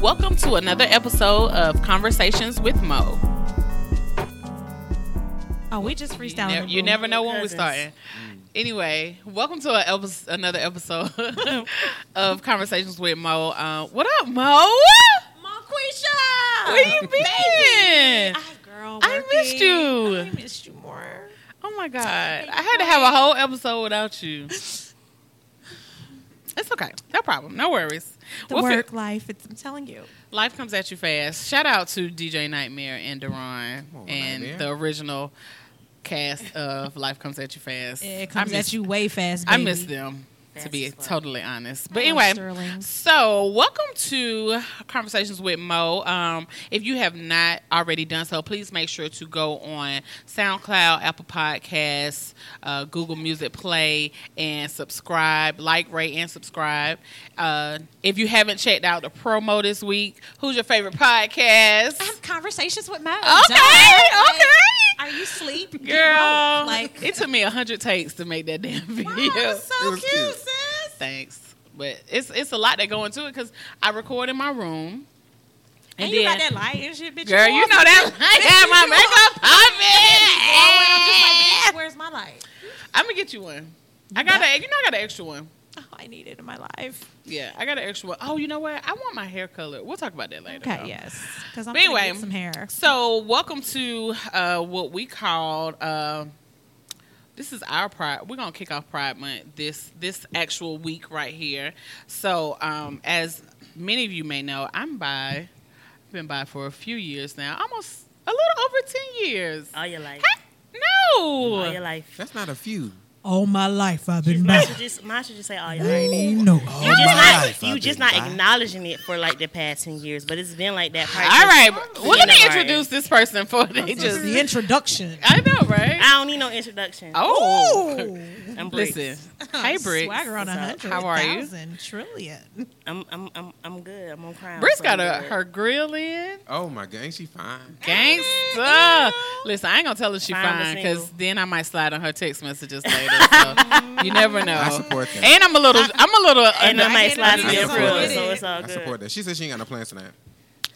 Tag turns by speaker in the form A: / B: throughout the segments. A: Welcome to another episode of Conversations with Mo.
B: Oh, we just freestyling.
A: You, never,
B: the
A: you
B: room.
A: never know when we're
B: Goodness.
A: starting. Anyway, welcome to a epis another episode of Conversations with Mo. Uh, what up, Mo?
B: Monquisha!
A: Where you been?
B: I, girl,
A: I missed
B: working.
A: you.
B: I missed you more.
A: Oh my God. I had to have a whole episode without you. It's okay. No problem. No worries.
B: The
A: We'll fi-
B: work life. It's, I'm telling you.
A: Life comes at you fast. Shout out to DJ Nightmare and Deron
C: on,
A: and
C: Nightmare.
A: the original cast of Life Comes at You Fast.
B: It comes
A: I miss,
B: at you way fast.
A: I
B: baby.
A: miss them, to
D: Fast
A: be
D: as fuck.
A: totally honest.
B: I
A: But
B: love
A: anyway,
B: Sterling.
A: so welcome to Conversations with Mo. Um, if you have not already done so, please make sure to go on SoundCloud, Apple Podcasts, uh, Google Music Play, and subscribe, like, rate, and subscribe. Uh, if you haven't checked out the promo this week, who's your favorite podcast?
B: I have conversations with Mo.
A: Okay,
B: Duh.
A: okay.
B: Are you asleep? Get
A: Girl,
B: woke. Like,
A: it took me a hundred takes to make that damn video.
B: wow, it's so
C: It was
B: cute,
C: cute.
B: sis.
A: Thanks, but it's it's a lot that go into it because I record in my room,
B: And, you got that light and shit, bitch.
A: Girl, you know
B: off.
A: that I had my makeup popping.
B: I'm just like, bitch, where's my light?
A: I'm gonna get you one. I got a, you know, I got an extra one.
B: Oh, I need it in my life.
A: Yeah, I got an extra one. Oh, you know what? I want my hair color. We'll talk about that later.
B: Okay,
A: though.
B: yes. Because I'm
A: But
B: anyway,
A: anyway,
B: some hair.
A: So, welcome to uh, what we called. Uh, this is our pride. We're gonna kick off Pride Month this this actual week right here. So, um, as many of you may know, I'm bi. I've been bi for a few years now, almost a little over ten years.
D: All your life.
A: No,
D: All your life.
C: That's not a few.
B: All my life I've Oh.
D: Just- Mine should just, mine should just say all your life.
B: know.
C: All
D: You
C: my
D: just not,
C: life
D: you
C: I've
D: just
C: been
D: not
C: bi.
D: acknowledging it for like the past ten years, but it's been like that. Part
A: All right. Well, let me
D: Kindergarten.
A: introduce this person for they just.
B: introduction.
A: I know, right?
D: I don't need no introduction.
A: Oh,
D: I'm Briggs.
A: listen. Hey, Bricks.
B: Swagger on a
D: What's
B: hundred.
A: up? How are you?
B: thousand, Trillion.
D: I'm, I'm, I'm, I'm good. I'm on crime.
A: Bricks
D: so
A: got
D: I'm
A: a,
D: good.
A: her grill in.
C: Oh my god, ain't she fine?
A: Gangsta. Listen, I ain't gonna tell her she
D: Fine or
A: fine because
D: single.
A: then I might slide on her text messages later. So you never know.
C: I support that.
A: And I'm a little. I'm a little.
D: and I
B: I
D: might
B: get
D: slide
B: it.
D: to
C: I
D: their
C: support
D: grill,
C: it.
D: so it's all
C: I support
D: good.
C: that. She said she ain't got no plans tonight.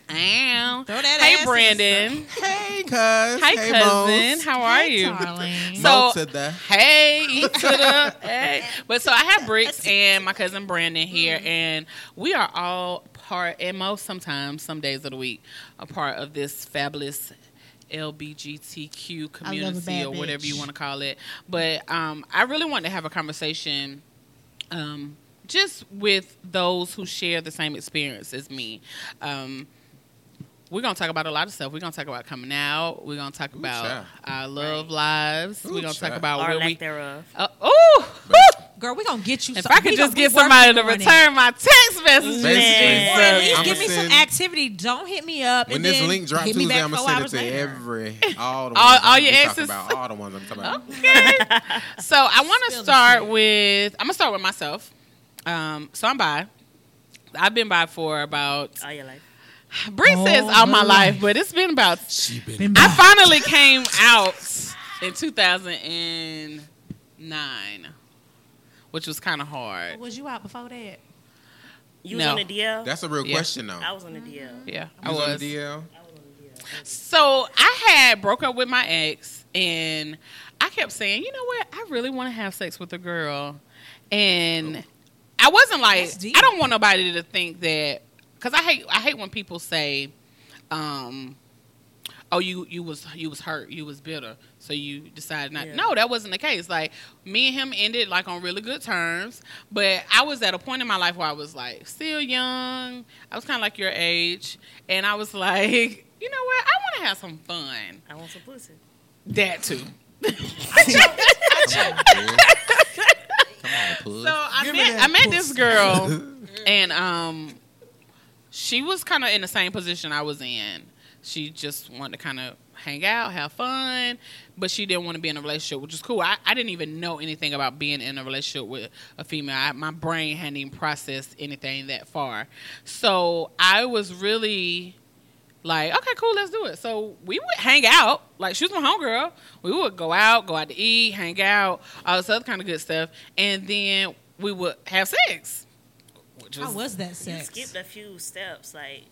A: Damn.
B: Throw that ass
A: Hey,
B: in
A: Brandon.
C: Hey, cuz. Hi,
A: Hey, cousin. How are
B: Hey,
A: you?
B: darling.
A: So-
C: to the
A: Hey, eat to the hey. But so I have Bricks and my cousin Brandon here,
B: Mm-hmm.
A: and we are all part, and most sometimes, some days of the week, a part of this fabulous LBGTQ
B: I love
A: community
B: a bad
A: or whatever you
B: bitch.
A: want to call it. But um, I really wanted to have a conversation. Um, just with those who share the same experience as me. Um, we're gonna talk about a lot of stuff. We're gonna talk about coming out. We're gonna talk about
C: child.
A: our love
D: Right.
A: lives.
C: Ooh,
A: we're gonna talk
C: child.
A: about
D: Or
A: where we
D: lack thereof.
A: uh, oh, woo!
B: Girl, we gonna get you.
A: if
B: some-
A: I could
B: we
A: just
B: gonna- we
A: get somebody to
B: working on it.
A: return my text messages,
C: Basically.
B: Or at least
C: I'ma
B: give me some
C: send-
B: activity. Don't hit me up.
C: When
B: and
C: this
B: then
C: link drop
B: hit me
C: Tuesday,
B: back
C: I'm gonna
B: four
C: send it
B: hours
C: to
B: later.
C: every all the ones
A: All- all
C: I'm
A: your
C: talking
A: exes? Oh.
C: about, all the ones I'm talking about.
A: okay. so I want to
B: Spill the
A: start
B: tea.
A: with I'm gonna start with myself. Um, so I'm bi. I've been bi for about.
D: All your life.
A: Bree says
B: All
A: all my
B: her
A: life, but it's been about.
C: She been
A: I finally came out in 2009, which was kind of hard.
B: Was you out before that?
D: You
A: No.
D: was on the DL.
C: That's a real
A: Yeah.
C: question though.
D: I was on the DL.
A: Yeah, I
C: You
A: was.
C: on the DL.
D: I was on the DL.
A: So I had broke up with my ex, and I kept saying, you know what? I really want to have sex with a girl, and I wasn't like
B: That's deep.
A: I don't want nobody to think that because I hate I hate when people say, um, oh you you was you was hurt you was bitter so you decided not.
D: Yeah.
A: No, that wasn't the case. Like me and him ended like on really good terms, but I was at a point in my life where I was like still young. I was kind of like your age, and I was like, you know what? I want to have some fun.
D: I want some pussy.
A: That too.
C: Come on, dude. Come on,
A: So I
C: Give me
A: met
C: that
A: I met this
C: pussy.
A: girl, and um, she was kind of in the same position I was in. She just wanted to kind of hang out, have fun, but she didn't want to be in a relationship, which is cool. I, I didn't even know anything about being in a relationship with a female. I, my brain hadn't even processed anything that far, so I was really like, okay, cool, let's do it. So we would hang out. Like she was my homegirl. We would go out, go out to eat, hang out, all this other kind of good stuff, and then we would have sex. Which
B: How was that
D: You
B: sex?
D: skipped a few steps, like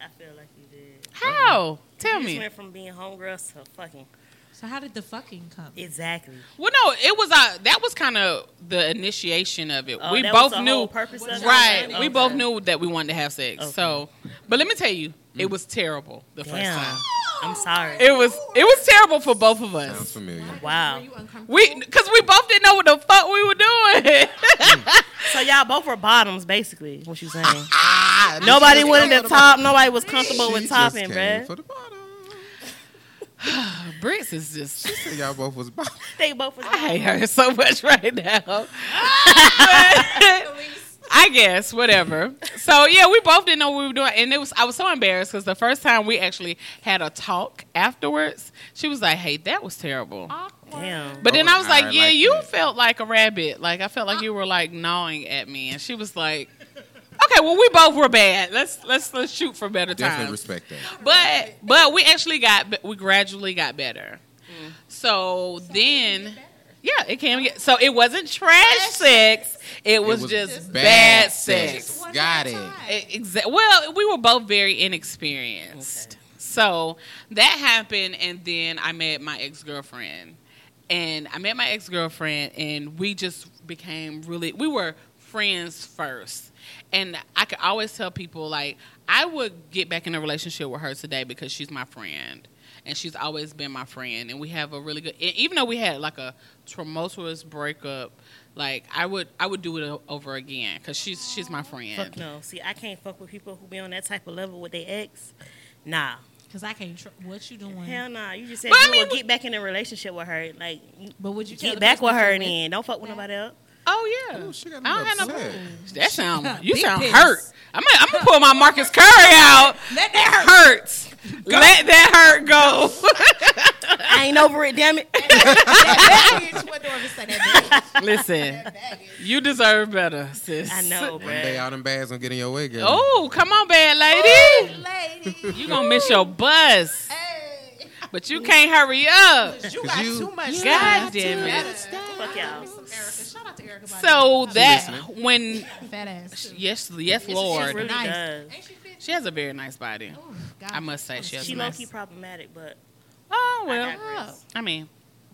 D: I feel like you did.
A: How? Tell
D: you just
A: me.
D: went from being homegirls to fucking.
B: So how did the fucking come?
D: Exactly.
A: Well, no, it was uh, that was kind of the initiation of it.
D: Oh,
A: we
D: that was
A: both
D: the whole
A: knew,
D: purpose of it?
A: right?
D: Okay.
A: We both knew that we wanted to have sex.
D: Okay. Mm.
A: So, but let me tell you, it was terrible the first
D: Damn.
A: time.
D: I'm sorry.
A: It was it was terrible for both of
C: Sounds
A: us.
C: familiar.
D: Wow.
B: Were you uncomfortable?
A: We, cause we both didn't know what the fuck we were doing.
D: so y'all both were bottoms, basically. What you saying?
C: Ah, she
D: Nobody
C: just
D: wanted
C: came
D: to
C: for the bottom.
D: top. Nobody was comfortable
C: She
D: with
C: just
D: topping,
C: came
D: bruh.
C: For the bottom.
A: Brits is just,
C: So y'all both was bottom.
D: They both was.
A: I hate her so much right now. But- I guess whatever. So yeah, we both didn't know what we were doing, and it was I was so embarrassed because the first time we actually had a talk afterwards, she was like, "Hey, that was terrible."
B: Awkward.
D: Damn.
A: But then I was
C: Oh, I
A: like, "Yeah,
C: like
A: you
C: that."
A: felt like a rabbit. Like I felt like you were like gnawing at me," and she was like, "Okay, well we both were bad. Let's let's let's shoot for better
C: Definitely
A: times."
C: respect that.
A: But but we actually got be- we gradually got better. So, then. Yeah, it can get so it wasn't trash sex. It was,
C: was
A: just,
C: just
A: bad,
C: bad
A: sex.
C: sex.
B: One
C: Got
B: more
C: it.
B: time.
A: Exactly. E-, Well, we were both very inexperienced. So that happened, and then I met my ex girlfriend. And I met my ex girlfriend, and we just became really, we were friends first. And I could always tell people, like, I would get back in a relationship with her today because she's my friend. And she's always been my friend. And we have a really good, e- even though we had like a tumultuous breakup. Like I would, I would do it o- over again because she's she's my friend.
D: Fuck no. See, I can't fuck with people who be on that type of level with their ex. Nah.
B: Cause I can't. Tr- what you doing?
D: Hell nah. You just said
A: But I
D: you
A: mean,
D: would get back in a relationship with her. Like, you
B: But would you tell
D: get
B: the
D: back
B: person
D: with
B: that
D: her
B: you're
D: then. Don't fuck with nobody else.
A: Oh yeah.
C: Ooh, she got
A: I don't have no
C: upset.
A: That sound you
B: Big
A: sound
B: piss.
A: hurt. I'm gonna, I'm gonna pull my Marcus Curry out.
B: Let that hurt.
A: Hurts. Let that hurt go.
D: I ain't over it, damn it.
B: that bitch. What do I say? That
A: Listen,
B: bitch. That bitch.
A: you deserve better, sis.
D: I know,
C: One day
D: bruh.
C: all them bags gonna get in your way, girl.
A: Oh, come on, bad lady.
B: Lady.
A: You gonna miss your bus,
B: Hey.
A: but you can't hurry up.
B: You
C: 'Cause
B: got
C: you-
B: too much.
A: God
B: time.
A: damn it.
D: Fuck y'all.
B: Some Erica. Shout out to Erica. about
A: So
B: that.
A: that when
B: fat ass. Too.
A: yes, yes,
D: She really
A: Lord,
B: Nice.
D: does.
B: Ain't she fit?
A: she has a very nice body.
B: Oh, God.
A: I must say she has
D: She
A: a
D: low
A: nice.
D: key problematic, but
A: Oh
D: I
A: well,
D: digress.
A: I mean,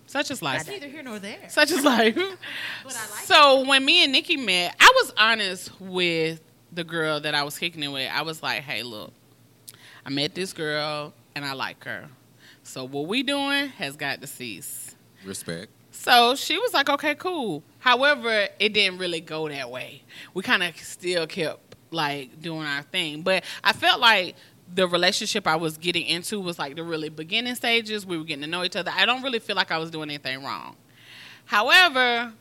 A: such is
B: It's
A: life.
B: neither here nor there.
A: Such is life.
B: But I like
A: so when me and Nikki met, I was honest with the girl that I was kicking it with. I was like, "Hey, look, I met this girl and I like her. So what we doing has got to cease."
C: Respect.
A: So she was like, "Okay, cool." However, it didn't really go that way. We kind of still kept like doing our thing, but I felt like the relationship I was getting into was like the really beginning stages. We were getting to know each other. I don't really feel like I was doing anything wrong. However,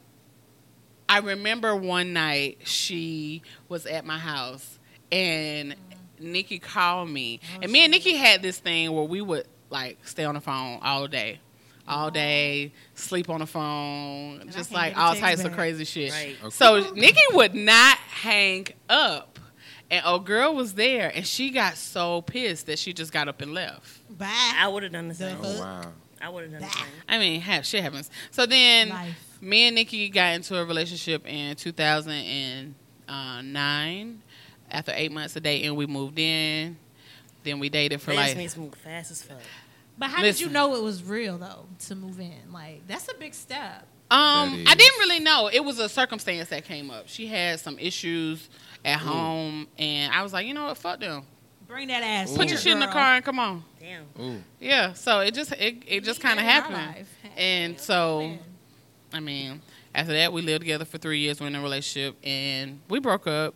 A: I remember one night she was at my house and Nikki called me.
B: Oh,
A: and me and Nikki had this thing where we would like stay on the phone all day. All day, sleep on the phone,
B: Oh. I
A: just
B: can't
A: like
B: get a
A: all
B: text
A: types of
B: back.
A: crazy shit.
D: Right.
C: Okay.
A: So Nikki would not hang up. And old girl was there and she got so pissed that she just got up and left.
D: I
B: Bye.
D: would have done the same.
C: Oh wow.
D: I would have done the
B: Bah.
D: same.
A: I mean, ha shit happens. So then
B: Life.
A: me and Nikki got into a relationship in 2009 after eight months of dating. We moved in. Then we dated for
D: They just
A: like.
D: needs to move fast as fuck.
B: But how did
A: Listen.
B: you know it was real though to move in? Like that's a big step.
A: Um,
C: That
A: I didn't
C: is-
A: really know. It was a circumstance that came up. She had some issues at home, and I was like, you know what? Fuck them.
B: Bring that ass.
C: Ooh.
A: Put
B: here,
A: your shit in the
B: girl.
A: car and come on.
D: Damn.
C: Ooh.
A: Yeah. So it just it, it just
B: Leave
A: kind of
B: that in our
A: happened.
B: life.
A: And
B: Yeah.
A: so, I mean, after that, we lived together for three years. We were in a relationship, and we broke up.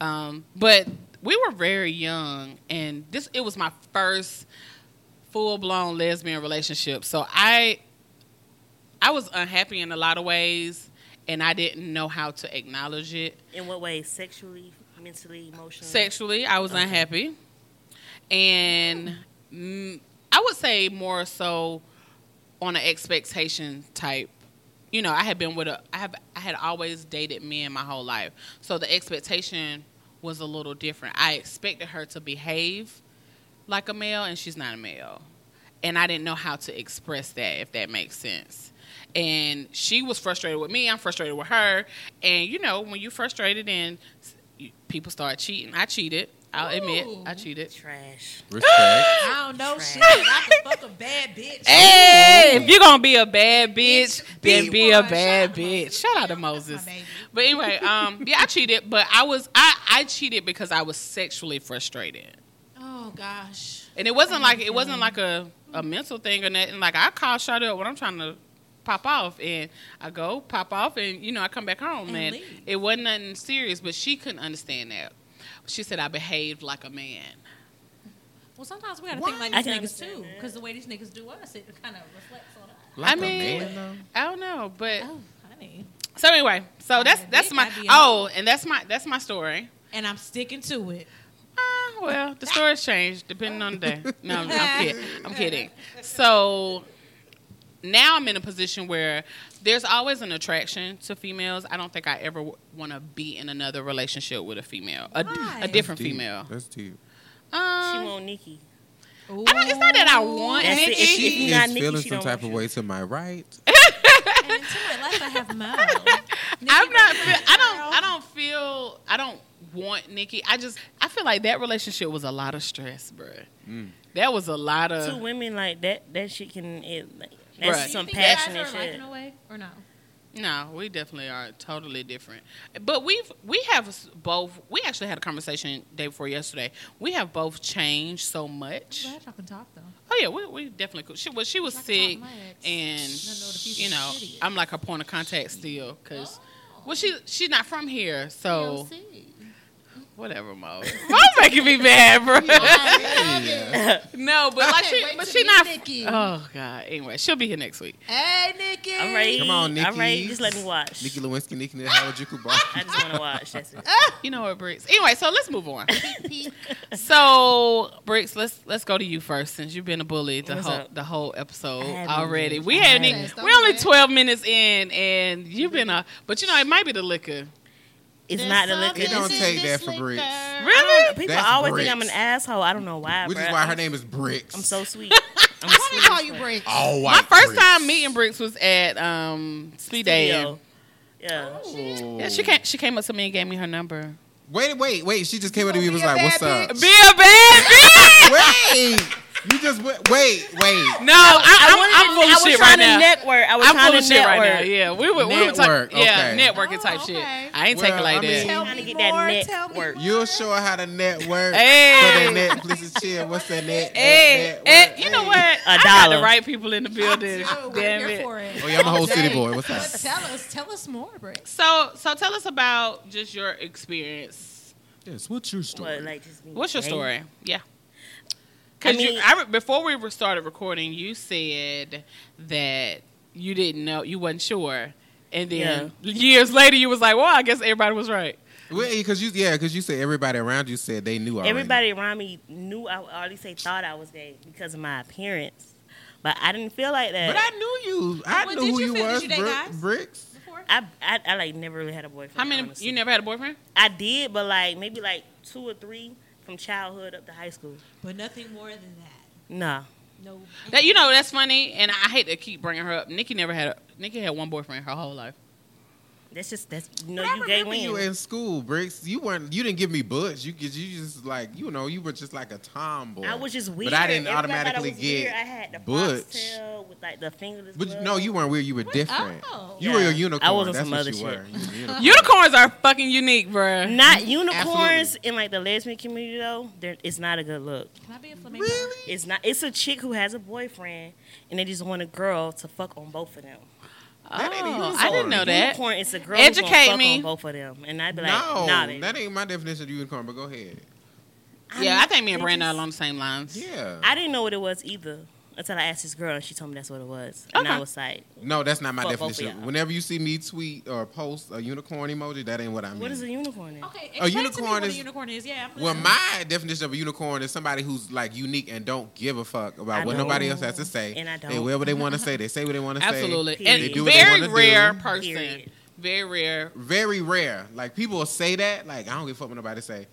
A: Um, but we were very young, and this it was my first full blown lesbian relationship. So I, I was unhappy in a lot of ways, and I didn't know how to acknowledge it
D: In what way? Sexually, mentally, emotionally.
A: sexually i was unhappy and mm, i would say more so on an expectation type you know i had been with a i have i had always dated men my whole life so the expectation was a little different i expected her to behave like a male and she's not a male and i didn't know how to express that if that makes sense and she was frustrated with me i'm frustrated with her and you know when you're frustrated and s- you- people start cheating i cheated I'll admit
B: Ooh.
A: I cheated.
D: Trash.
C: Respect.
B: I don't know
D: Trash.
B: shit. I can fuck a bad bitch.
A: Hey, if you're gonna be a bad bitch, then
B: Be
A: be a
B: one.
A: bad
B: Shout out to
A: bitch.
B: Moses.
A: Shout out to
B: That's my
A: Moses.
B: baby.
A: But anyway, um, yeah, I cheated, but I was I I cheated because I was sexually frustrated,
B: Oh gosh.
A: and it wasn't like it wasn't like a a mental thing or nothing. Like I call shot up when I'm trying to pop off, and I go pop off, and you know I come back home,
B: And
A: and,
B: leave.
A: it wasn't nothing serious. But she couldn't understand that. She said I behaved like a man.
B: Well, sometimes we gotta
D: What?
B: think like
D: I
B: these
D: can
B: niggas
D: understand
B: too,
D: that.
B: because the way these niggas do us, it kind of reflects on us.
C: Like
A: I mean-
C: a man, though?
A: I don't know, but
B: Oh, honey.
A: so anyway, so
B: I
A: that's
B: admit
A: that's my
B: I be a-
A: oh, and that's my that's my story.
B: And I'm sticking to it.
A: Uh, well, the story's changed depending on the day. No, I'm, I'm kidding. I'm kidding. So now I'm in a position where there's always an attraction to females. I don't think I ever want to be in another relationship with a female, a,
B: Why?
A: a different
C: That's deep.
A: female.
C: That's deep.
D: She
A: Um,
D: want Nikki.
A: I don't, it's not that I want
D: That's it.
A: Nikki.
D: If
C: She
D: you
C: is
D: not Nikki,
C: feeling
D: she
C: some
D: don't
C: type
D: want
C: of
D: you.
C: way to my right.
B: And until it left, I have Mo.
A: I'm not. Feel, I don't. I don't feel. I don't want Nikki. I just. I feel like that relationship was a lot of stress, bruh.
C: Mm.
A: That was a lot of.
D: Two women like that, that shit can. It, like, that's
A: uh. Right.
D: some
B: Do you think you
D: passionate
B: guys are alike
D: shit.
B: in a way, or no?
A: No, we definitely are totally different. But we've we have s- both. We actually had a conversation day before yesterday. We have both changed so much.
B: Glad y'all can talk though.
A: Oh yeah, we we definitely could. She was she was
B: I can talk
A: sick,
B: to my ex.
A: and
B: I know the piece
A: you
B: of
A: know
B: shit he is.
A: I'm like her point of contact still because.
B: Oh.
A: Well, she she's not from here, so
B: POC.
A: whatever, Mo. Mo making me mad, bro.
C: Yeah.
A: no, but like
B: can't
A: she,
B: wait
A: but
B: to
A: she
B: meet
A: not.
B: Nikki.
A: Oh God. Anyway, she'll be here next week.
B: Hey, Nikki.
D: All right.
C: Come on,
D: All right.
C: Nikki.
D: Just let me watch.
C: Nikki Lewinsky, Nikki Harajuku Bar.
D: I just want to watch. That's it.
B: Ah.
A: You know what, Bricks. Anyway, so let's move on. so, Bricks, let's let's go to you first since you've been a bully the
D: What's
A: whole
D: up?
A: the whole episode
D: I haven't
A: already.
D: been.
A: We
D: I
A: haven't
D: haven't.
A: even,
B: Don't
A: we're only
B: worry.
A: twelve minutes in, and you've been a but you know it might be the liquor.
D: It's not the liquor.
C: It don't take that for Bricks.
A: Really?
D: People
C: That's
D: always
C: bricks.
D: think I'm an asshole. I don't know why.
C: Which is
D: bruh.
C: why
D: I'm-
C: her name is Bricks.
D: I'm so sweet. I'm
B: I
D: sweet
B: want to call
D: as
B: you
D: fuck.
B: Bricks.
C: all
A: My
C: white.
A: first
C: Bricks.
A: time meeting Bricks was at um speed dating.
D: Studio. Yeah.
C: Oh.
A: Yeah, she came she came up to me and gave me her number.
C: Wait, wait, wait. She just came up to me and was
B: You
C: like,
B: a
C: what's
B: bad
C: up?
A: Be a bad bitch.
C: Wait. You just went. Wait, wait.
A: No, I,
D: I
A: am
D: wanted
A: I'm
D: to-
A: full of
D: I was
A: shit
D: trying
A: right
D: to
A: now.
D: network. I was
A: I'm
D: trying
A: full of
D: to
A: shit right
D: network.
A: now. Yeah, we were we were
C: Network,
A: talking. Yeah,
C: okay.
A: networking
B: Oh,
A: type shit.
B: okay.
A: I ain't
C: Well,
A: take it like
C: I
A: that.
C: mean-
B: Tell
D: Trying to
B: me
D: get that
B: more.
D: net
B: Tell me
D: work.
B: more.
C: You'll show her how to network.
A: Hey.
C: For that Netflix and chill. What's that eh. net?
A: Hey,
C: net-
A: hey,
C: network?
A: Eh, you know
C: Hey.
A: what? I got
D: dollar.
A: the right people in the building.
B: Yo, we're
A: Damn
B: here
A: it.
B: for it.
C: Oh, yeah, I'm a whole
B: Dang.
C: city boy. What's up?
B: But tell us, tell us more, Bricks.
A: So, so tell us about just your experience.
C: Yes, what's your
D: What, like, just me
A: What's your
D: gay?
A: story? Yeah. Because
D: I
A: you,
D: mean-
A: I re- before we re- started recording, you said that you didn't know, you wasn't sure, and then years later, you was like, "Well, I guess everybody was right."
C: Well, because you, yeah, because you said everybody around you said they knew already.
D: Everybody around me knew I, or at least they thought I was gay because of my appearance, but I didn't feel like that.
C: But I knew you. I
B: Well,
C: knew
B: did
C: who
B: you
C: you
B: feel- did
C: was,
B: you date
C: Brick-
B: guys?
C: Bricks.
B: Before?
D: I, I, I like never really had a boyfriend.
A: How many?
D: honestly.
A: You never had a boyfriend?
D: I did, but like maybe like two or three from childhood up to high school.
B: But nothing more than that.
D: No,
B: No.
A: That you know that's funny, and I hate to keep bringing her up. Nikki never had a, Nikki had one boyfriend her whole life.
D: that's just that's no.
C: But I
D: you gay
C: remember
D: when
C: you in school, Bricks. You weren't. You didn't give me butts. You could. You just like you know. You were just like a tomboy.
D: I was just weird.
C: But I didn't
D: Everybody thought
C: automatically
D: I was weird.
C: get
D: I had the
C: butch.
D: foxtail with like the fingers.
C: But no, you weren't weird. You were different.
B: Oh.
C: You were
D: Yeah.
C: a
D: I
C: unicorn.
D: was on
C: That's
D: some
C: what
D: other
C: you
D: shit.
C: were. You were a unicorn.
A: Unicorns are fucking unique, bruh.
D: Not unicorns in like the lesbian community though. There, it's not a good look.
B: Can I be a flamingo?
C: Really?
D: It's not. It's a chick who has a boyfriend, and they just want a girl to fuck on both of them.
C: That
A: Oh,
C: ain't a
A: I
C: unicorn.
A: didn't know that.
D: Unicorn is a girl who's gonna
A: Educate
D: fuck
A: me.
D: on both of them, and I'd be like,
C: no,
D: nah, baby.
C: that ain't my definition of unicorn. But go ahead.
D: I'm-
A: yeah, I think me and
D: they
A: Brandon are
D: just-
A: along the same lines.
C: Yeah.
D: I didn't know what it was either until I asked this girl, and she told me that's what it was, and
A: Okay.
D: I was like,
C: no, that's not my
D: Fuck both of
C: definition.
D: y'all.
C: Whenever you see me tweet or post a unicorn emoji, that ain't what I mean.
D: what is a unicorn? Then?
B: Okay. Explain to me
C: unicorn
B: what a
C: is-
B: unicorn is. Yeah. I'm
C: Well,
B: listening.
C: my definition of a unicorn is somebody who's like unique and don't give a fuck about
D: I
C: what
D: don't.
C: nobody else has to say.
D: And I
C: They
D: don't.
C: wear what they want to say. They say what they want to say.
A: Absolutely.
D: Period.
A: And
D: They do
C: what they
A: very
C: wanna
A: rare
C: do.
A: person.
D: Period.
A: Very rare.
C: Very rare. Like people will say that. Like I don't give a fuck what nobody say.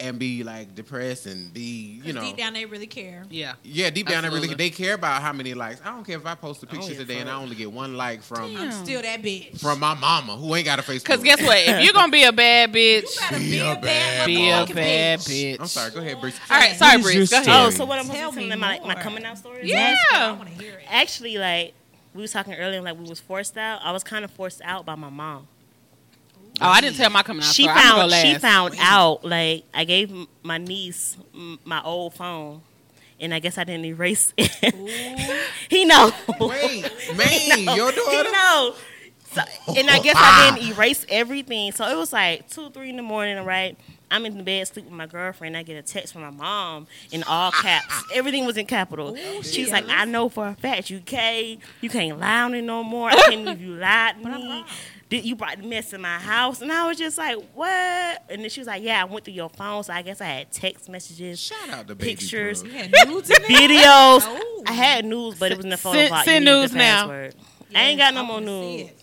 C: and be like depressed and be you
B: 'Cause
C: know
B: deep down they really care.
A: Yeah.
C: yeah deep down they really
A: Absolutely.
C: they care about how many likes. I don't care if I post a
D: don't
C: picture
D: give a
C: today and I
D: fuck.
C: only get one like from
A: Damn.
B: Still that bitch.
C: from my mama who ain't got a Facebook.
A: Cause guess what? If you're gonna be a bad
B: you
A: bitch,
B: better
C: Be
B: be,
C: a
B: a
C: bad
B: bad,
A: be a
B: motherfucking
A: bad bitch.
C: I'm sorry. Go ahead, Bruce.
A: All right, sorry,
E: What is
A: Breeze. Go
E: your
A: ahead.
E: story?
D: Oh, so what I'm
B: Tell
D: supposed to
B: me
D: tell them my, my
B: more.
D: coming out story?
A: Yeah.
B: I want to hear it.
D: Actually, like we was talking earlier, like we was forced out. I was kind of forced out by my mom.
A: Oh, I didn't tell my coming out.
D: she
A: story. I'm gonna
D: found
A: go
D: she
A: last.
D: found out like I gave m- my niece m- my old phone, and I guess I didn't erase it. he know.
C: Wait, man, your
D: He
C: daughter.
D: know. So, and I guess I didn't erase everything. So it was like two, three in the morning, right? I'm in the bed sleep with my girlfriend. I get a text from my mom in all caps. Everything was in capital.
B: Oh,
D: She's like, I know for a fact you gay. You can't lie on it no more. I can't believe you lied to
B: But I'm
D: me.
B: wrong.
D: Did you brought the mess in my house? And I was just like, what? And then she was like, yeah, I went through your phone. So I guess I had text messages,
C: Shout out to baby
D: Pictures.
C: Brooke.
B: You had nudes in there?
D: videos.
B: Oh.
D: I had news, but it was in the phone.
A: Send-
D: block. You
A: send
D: need the
A: news now.
D: password. I ain't got no more
B: wanna see
D: news.
B: it.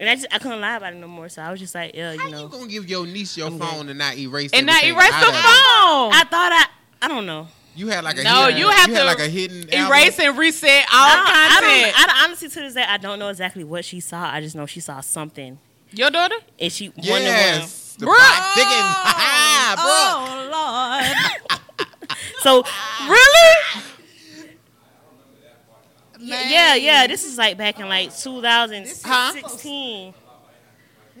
D: And I just I couldn't lie about it no more, so I was just like, yeah,
C: How
D: you
C: you
D: know.
C: gonna give your niece your
D: I'm good.
C: phone and not erase
A: and not
C: everything
A: erase
C: out
A: the
C: of it?
A: phone.
D: I thought I I don't know.
C: You had like a
A: No,
C: hidden-
A: you have
C: had
A: to
C: like a hidden
A: Erase and reset all
D: I, don't, I,
A: content.
D: don't, I don't- honestly to this day I don't know exactly what she saw. I just know she saw something,
A: Your daughter?
D: and she one one.
C: Yes, the
A: Brooke.
C: black digging. Brooke.
B: Oh Lord.
D: So
A: Really?
D: yeah, yeah, yeah, this is like back in like 2016.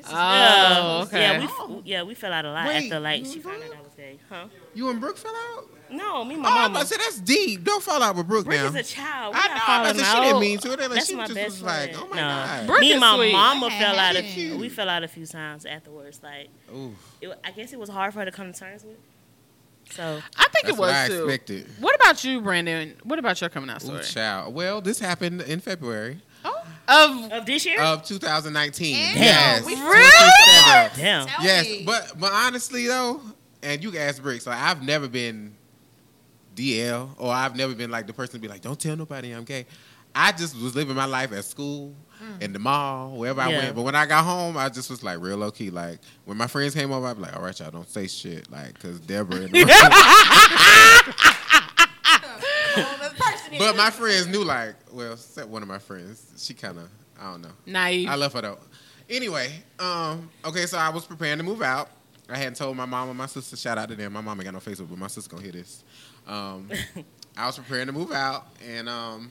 A: Oh, okay.
D: Yeah, we f- yeah we fell out a lot
C: Wait,
D: after like
C: you
D: she found out
C: broke?
D: I was gay, huh?
C: You and Brooke fell out?
D: No, me and
C: Oh,
D: my
C: I'm about
D: mama.
C: to say that's deep. Don't fall out with Brooke
D: Brick
C: now.
D: is a child. We
C: I
D: not
C: know. I'm about
D: falling
C: to say she didn't
D: out.
C: mean to. It. Like,
D: That's
C: she
D: my
C: just
D: best
C: was like,
D: friend.
C: oh my
D: Nah.
C: God.
A: Brooke
D: me
A: is
D: and my
A: sweet.
D: mama fell out
C: She's
D: a,
C: cute.
D: we fell out a few times afterwards. Like
C: Ooh,
D: it, I guess it was hard for her to come to terms with. So
A: I think
C: that's
A: it was
C: what I
A: too.
C: expected.
A: What about you, Brandon? What about your coming out
C: Ooh,
A: story?
C: child. Well, this happened in February
A: Of
D: of this year,
C: of 2019.
B: Damn,
C: Yes.
B: we-
A: Really?
C: 27.
D: damn.
B: Tell
C: Yes,
B: me.
C: but but honestly though, and you can ask Bricks, like I've never been DL or I've never been like the person to be like, don't tell nobody I'm gay. I just was living my life at school,
B: Hmm.
C: in the mall, wherever I
D: Yeah.
C: went. But when I got home, I just was like real low key. Like when my friends came over, I'd be like, all right, y'all, don't say shit, like because Deborah. And but my friends knew, like, well, except one of my friends, she kind of, I don't know.
A: naive.
C: I love her though. Anyway, um, okay, so I was preparing to move out. I hadn't told my mom and my sister. Shout out to them. My mom ain't got no Facebook, but my sister gonna hear this. Um, I was preparing to move out, and um,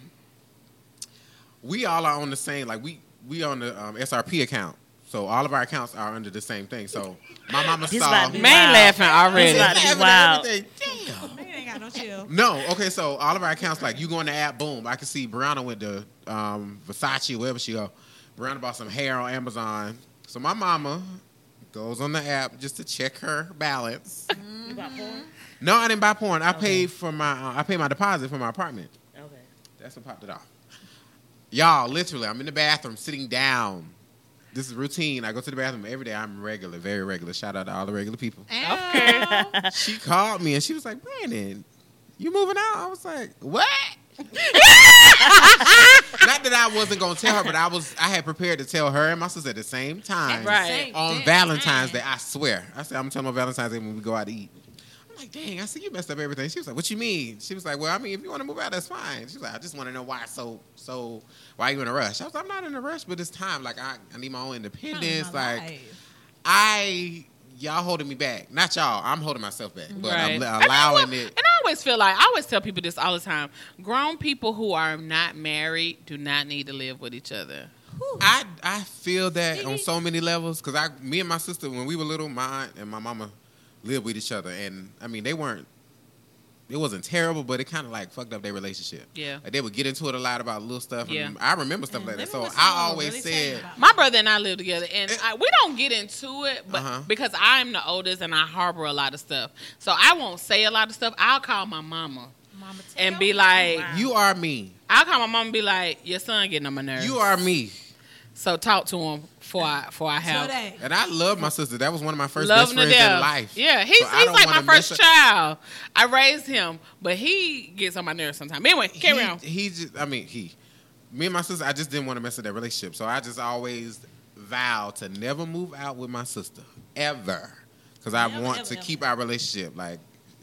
C: we all are on the same. Like we we on the um, SRP account, so all of our accounts are under the same thing. So my mama
D: This
C: saw.
D: about to
A: Main
D: be-
C: She
D: Wow.
A: laughing already.
D: This about to be
C: laughing at
D: wild.
C: everything. Damn.
B: Man, ain't got no chill.
C: No, okay, so all of our accounts, like you go in the app, boom, I can see Brianna went to um, Versace, wherever she go. Brianna bought some hair on Amazon. So my mama goes on the app just to check her balance.
D: You bought porn?
C: No, I didn't buy porn. I
D: Okay.
C: paid for my uh, I paid my deposit for my apartment.
D: Okay.
C: That's what popped it off. Y'all, literally, I'm in the bathroom sitting down. This is routine. I go to the bathroom every day. I'm regular, very regular. Shout out to all the regular people
B: Ow.
C: she called me and she was like, Brandon, you moving out? I was like, what? Not that I wasn't gonna tell her, but I was I had prepared to tell her and my sister at the same time
A: Right.
B: Same
C: on
B: damn
C: Valentine's Day.
B: time.
C: I swear. I said I'm gonna tell her on Valentine's Day when we go out to eat. I'm like, dang, I see you messed up everything. She was like, what you mean? She was like, well, I mean, if you want to move out, that's fine. She was like, I just want to know why so so why you in a rush? I was like, I'm not in a rush, but it's time. Like I, I need my own independence.
B: Time in my
C: Like
B: life.
C: I y'all holding me back. Not y'all. I'm holding myself back, but
A: Right.
C: I'm
A: I
C: li-
A: mean,
C: allowing
A: well,
C: it.
A: And I always feel like I always tell people this all the time. Grown people who are not married do not need to live with each other.
B: Whew.
C: I I feel that
B: Mm-hmm.
C: on so many levels because I, me and my sister, when we were little, my aunt and my mama lived with each other, and I mean they weren't. It wasn't terrible, but it kind of like fucked up their relationship.
A: Yeah.
C: like they would get into it a lot about little stuff.
A: Yeah.
C: and I remember stuff
B: And
C: like that.
B: living
C: So
B: with someone
C: I always
B: really
C: said,
B: tell you about-
A: My brother and I live together, and I, we don't get into it, but
C: Uh-huh.
A: because I'm the oldest and I harbor a lot of stuff, so I won't say a lot of stuff. I'll call my mama
B: Mama tell
A: and be
B: me.
A: like,
D: Wow.
C: "You are me.
A: I'll call my mom and be like, your son getting on my nerves.
C: You are me."
A: so talk to him before I before I have
B: Today.
C: And I love my sister. That was one of my first
A: love
C: best
A: him to
C: friends in
A: death.
C: life.
A: Yeah, he's,
C: So I
A: he's
C: don't
A: like my
C: wanna mess
A: first
C: up-
A: child. I raised him, but he gets on my nerves sometimes. Anyway, carry
C: he,
A: on.
C: He just, I mean, he, me and my sister, I just didn't want to mess up that relationship. So I just always vowed to never move out with my sister, ever. because I
B: Never,
C: want
B: ever,
C: to
B: ever.
C: keep our relationship. Like,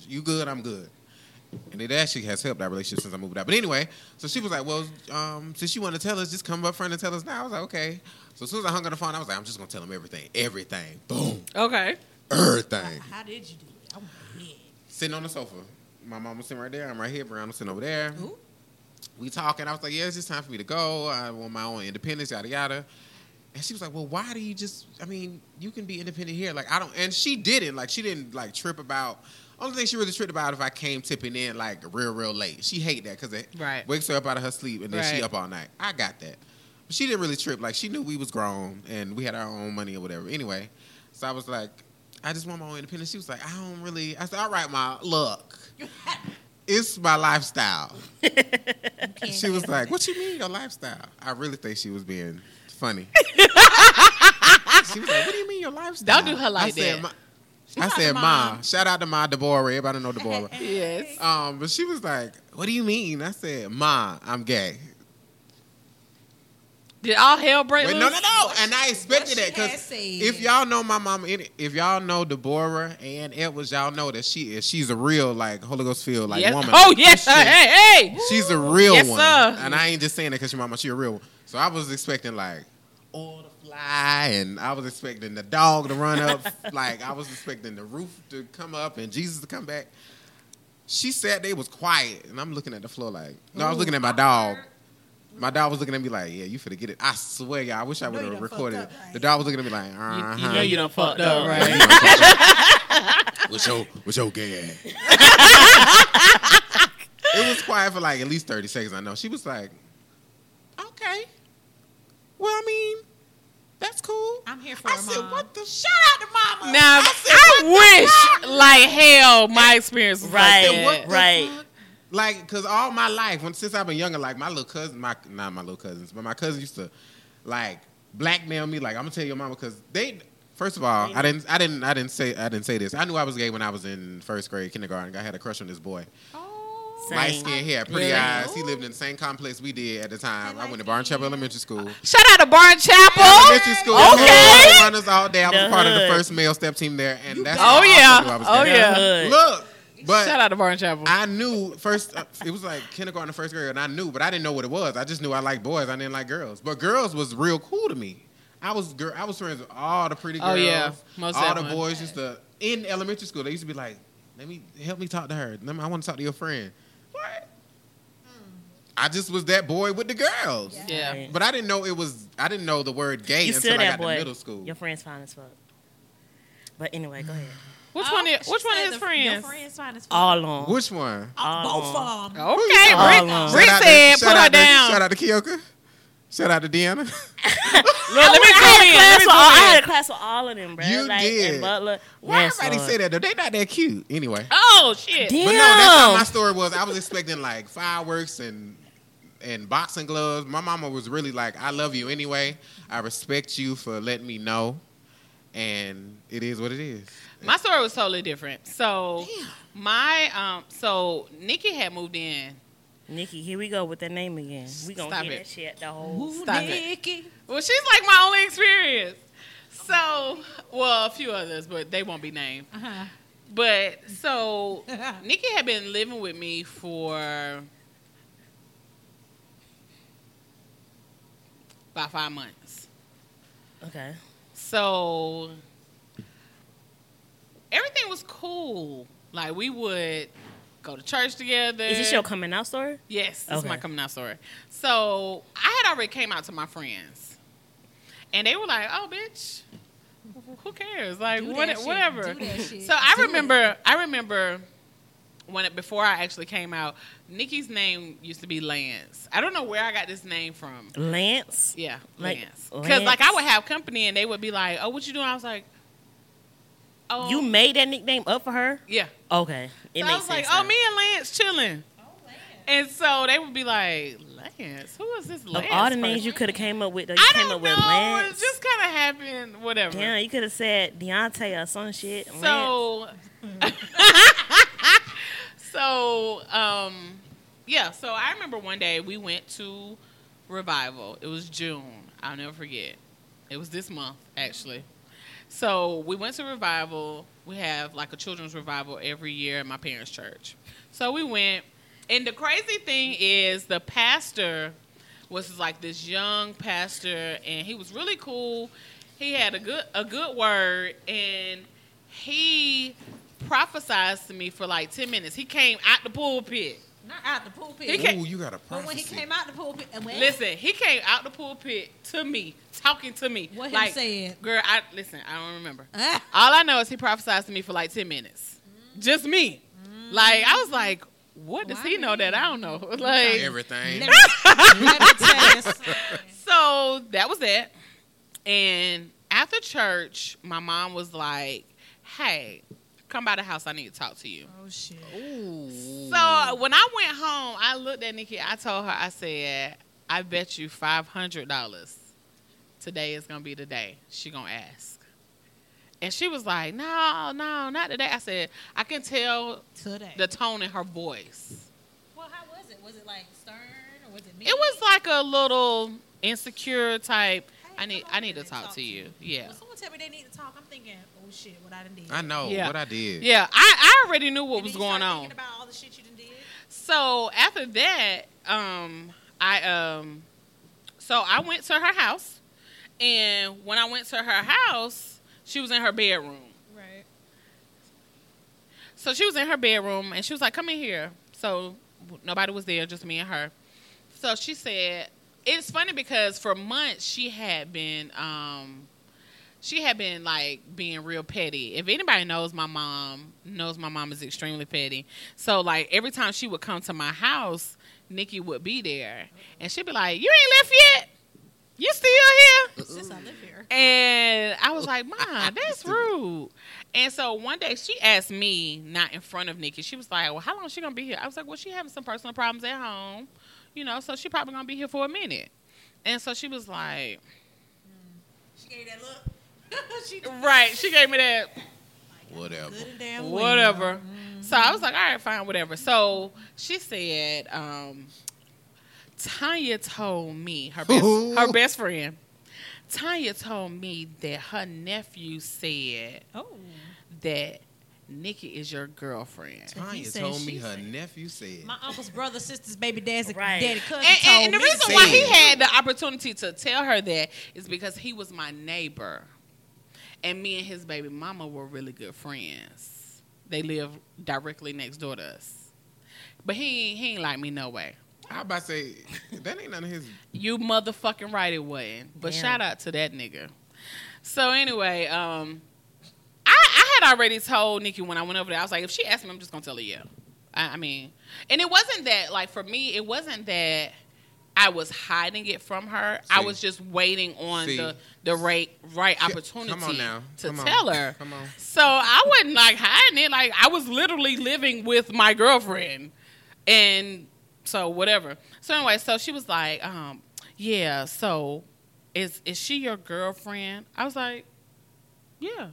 C: you good, I'm good. And it actually has helped our relationship since I moved out. But anyway, so she was like, well, um, since you want to tell us, just come up front and tell us now. I was like, okay. So as soon as I hung on the phone, I was like, I'm just going to tell him everything. Everything. Boom.
A: Okay.
C: Everything.
B: How did you do it? I want to hear.
C: Sitting on the sofa. My mom was sitting right there. I'm right here. Brown was sitting over there.
B: Ooh.
C: We talking. I was like, yeah, it's just time for me to go. I want my own independence, yada, yada. And she was like, well, why do you just, I mean, you can be independent here. Like, I don't, and she didn't. Like, she didn't, like, trip about, only thing she really tripped about if I came tipping in, like, real, real late. She hate that because it
A: Right.
C: wakes her up out of her sleep and then she
A: Right.
C: up all night. I got that. But she didn't really trip. Like, she knew we was grown and we had our own money or whatever. Anyway, so I was like, I just want my own independence. She was like, I don't really. I said, all right, my look. It's my lifestyle.
B: Okay.
C: She was like, "What you mean your lifestyle?" I really think she was being funny. she was like, "What do you mean your lifestyle?"
A: Don't do her like
C: I said,
A: that.
C: "Ma- I said, "Ma." Shout out to Ma Deborah. Everybody know Deborah.
A: Yes.
C: um, but she was like, "What do you mean?" I said, "Ma, I'm gay."
A: Did all hell break
C: Wait,
A: loose?
C: no, no, no. And I expected
B: what
C: that
B: she had
C: because
B: said.
C: if y'all know my mama, it- if y'all know Deborah and Edwards, y'all know that she is. She's a real like Holy Ghost filled like
A: Yes.
C: woman.
A: Oh yes, sir.
C: Christian.
A: Hey, hey.
C: She's a real
A: Yes,
C: one.
A: sir.
C: And I ain't just saying that because your mama, she a real one. So I was expecting like all to fly, and I was expecting the dog to run up. like I was expecting the roof to come up and Jesus to come back. She said they was quiet, and I'm looking at the floor like no, I was looking at my dog. My dog was looking at me like, "Yeah, you finna get it." I swear, y'all, I wish I
B: know
C: would
B: you
C: have
B: done fucked
C: recorded.
B: up,
C: it.
B: right?
C: The dog was looking at me like, "Uh
A: You know
C: huh."
A: you done fucked up, right?
C: With your with your gay ass. it was quiet for like at least thirty seconds. I know she was like, "Okay, well, I mean, that's cool."
B: I'm here for
C: I
B: her,
C: said,
B: Mom.
C: "What the shout out to mama?"
A: Now I wish like hell my experience was
D: Right.
A: like that.
D: What the- Right.
C: fuck? Like, cause all my life, when, since I've been younger, like my little cousin, my not my little cousins, but my cousin used to, like, blackmail me. Like, I'm gonna tell your mama, cause they. First of all, I didn't, I didn't, I didn't say, I didn't say this. I knew I was gay when I was in first grade kindergarten. I had a crush on this boy,
B: Oh.
D: Same.
C: light skin hair, pretty
A: Really?
C: eyes. He lived in the same complex we did at the time. I went to Barn Chapel Elementary School.
A: Shout out to Barn Chapel.
C: Elementary school,
A: Oh, Okay.
C: all runners all day. I was
D: The
C: part of the
D: hood.
C: first male step team there, and that's how
A: Oh
C: I also knew I
A: yeah.
C: was
A: Oh
C: gay.
A: yeah.
D: Hood.
C: Look, but
A: Shout out to Barn Chapel.
C: I knew first. Uh, it was like kindergarten, and first grade, and I knew, but I didn't know what it was. I just knew I liked boys. I didn't like girls, but girls was real cool to me. I was girl. I was friends with all the pretty girls.
A: Oh, yeah. Most
C: all the
A: definitely.
C: boys used to in elementary school. They used to be like, "Let me help me talk to her. Let me, I want to talk to your friend." What? I just was that boy with the girls.
A: yeah.
D: Right.
C: But I didn't know it was. I didn't know the word gay
D: You
C: until
D: still
C: I got
D: that
C: to
D: boy.
C: middle school.
D: Your friend's fine as fuck. But anyway, go ahead.
A: Which
B: Oh,
A: one? Is,
B: she
A: which one
B: said
A: is
B: the- Your
A: friends? Uh,
B: friends fine as fuck.
D: All on.
C: Which one?
B: Oh, both
D: Oh.
B: of them.
A: Okay,
D: Oh,
A: Rick.
D: Lord.
A: Rick
C: Shout out to-
A: said, "Put
C: shout
A: her
C: out to-
A: down."
C: Shout out to Kyoka. Shout out to Deanna.
A: Look, let me
D: I
A: zoom in. Let
D: had, a class
A: me
D: with all, I
A: zoom
D: had
A: in.
D: a class with all of them, bro.
C: You
D: like,
C: did.
D: And Butler.
C: Why
D: yes,
C: everybody
D: Lord.
C: say that though? They not that cute anyway.
A: Oh shit.
D: Damn.
C: But no, that's how my story was. I was expecting like fireworks and and boxing gloves. My mama was really like, I love you anyway. I respect you for letting me know. And it is what it is.
A: My story was totally different. So my um so Nikki had moved in.
D: Nikki, here we go with that name again. We gonna
A: Stop
D: get
A: it.
D: that shit the whole.
B: Ooh,
A: Stop it.
B: Nikki.
A: Well, she's like my only experience. So, well, a few others, but they won't be named.
B: Uh-huh.
A: But so Nikki had been living with me for about five months.
D: Okay.
A: So everything was cool. Like we would go to church together.
D: Is this your coming out story?
A: Yes, this is my
D: Okay.
A: coming out story. So I had already came out to my friends, and they were like, "Oh, bitch, who cares? Like,
B: Do
A: what,
B: that shit.
A: whatever."
B: Do that shit.
A: So I
B: Do it.
A: remember, I remember when it, before I actually came out, Nikki's name used to be Lance. I don't know where I got this name from.
D: Lance.
A: Yeah,
D: Like,
A: Lance. Because like I would have company, and they would be like, "Oh, what you doing?" I was like, "Oh,
D: You made that nickname up for her.
A: yeah."
D: Okay. It
A: so
D: makes
A: I was like,
D: sense
A: "Oh,
D: now.
A: me and Lance chilling." And so they would be like, Lance, who is this
D: Of
A: Lance?
D: all the
A: person?"
D: names you could have came up with, though, you
A: I
D: came
A: don't
D: up
A: know.
D: with Lance.
A: It just kind of happened, whatever.
D: Yeah, you could have said Deontay or some shit. Lance.
A: so, so, um, yeah. So I remember one day we went to revival. It was June. I'll never forget. It was this month, actually. So we went to revival. We have like a children's revival every year at my parents' church. So we went, and the crazy thing is the pastor was like this young pastor, and he was really cool. He had a good a good word, and he prophesied to me for like ten minutes. He came out the pulpit.
B: Not out the pulpit.
A: He can't-
C: Ooh, you got a
B: but when he
C: prophecy.
B: came out the pulpit, and when
A: Listen, he came out the pulpit to me, talking to me.
B: What him
A: like,
B: said?
A: Girl, I listen. I don't remember.
B: Ah.
A: All I know is he prophesied to me for like ten minutes, just me. Like I was like, what does
B: Mm. Why
A: he know
B: me?
A: that I don't know? Like,
C: Everything.
B: let me, let me tell you something.
A: so that was that. And after church, my mom was like, "Hey, come by the house. I need to talk to you."
B: Oh shit!
A: So when I went home, I looked at Nikki. I told her, I said, I bet you five hundred dollars today is gonna be the day she gonna ask. And she was like, No, no, not today. I said, I can tell
B: Today.
A: the tone in her voice.
B: well, how was it? Was it like stern or was it? Mean?
A: It was like a little insecure type.
B: Hey,
A: I need
B: come
A: I
B: over
A: need to
B: and
A: talk to you. Yeah.
B: When someone tell me they need to talk, I'm thinking, oh shit, what I done did.
C: I know
A: Yeah.
C: what I did.
A: Yeah. I, I already knew what
B: And
A: was
B: then you start
A: going on.
B: Thinking about all the shit you done did.
A: So after that, um, I um, so I went to her house, and when I went to her house, she was in her bedroom.
B: Right.
A: So she was in her bedroom, and she was like, "Come in here." So w- nobody was there, just me and her. So she said, "It's funny because for months she had been." Um, she had been like being real petty. If anybody knows my mom, knows my mom is extremely petty. So like every time she would come to my house, Nikki would be there, and she'd be like, "You ain't left yet. You still here?"
B: Since I live here.
A: And I was like, "Mom, that's rude." And so one day she asked me, not in front of Nikki. She was like, "Well, how long is she gonna be here?" I was like, "Well, she having some personal problems at home, you know, so she probably gonna be here for a minute." And so she was like,
B: Mm. She gave that look. she did
A: "Right." She gave me that.
C: Whatever.
B: good and damn well.
A: whatever. So I was like, all right, fine, whatever. So she said, um, Tanya told me her best, her best friend. Tanya told me that her nephew said
B: Oh.
A: that Nikki is your girlfriend.
B: He
C: Tanya
B: said,
C: told
B: she
C: me her
B: said.
C: nephew said.
B: My uncle's brother, sister's baby dad's
D: Right.
B: daddy cousin
A: And, and- and
B: told
A: the
B: me.
A: reason why he
C: said.
A: had the opportunity to tell her that is because he was my neighbor, and me and his baby mama were really good friends. They live directly next door to us, but he he ain't like me no way.
C: I about to say that ain't none of his.
A: You motherfucking right it wasn't. But
D: Yeah.
A: shout out to that nigga. So anyway, um, I, I had already told Nikki when I went over there, I was like, if she asked me, I'm just gonna tell her yeah. I, I mean, and it wasn't that like for me, it wasn't that I was hiding it from her. I
C: See.
A: was just waiting on
C: See.
A: the the right right
C: Come
A: opportunity
C: on now.
A: to
C: Come on.
A: tell her.
C: Come on.
A: So I wasn't like hiding it. Like I was literally living with my girlfriend, and so whatever. So anyway, so she was like, um, "Yeah, so is is she your girlfriend?" I was like, "Yeah,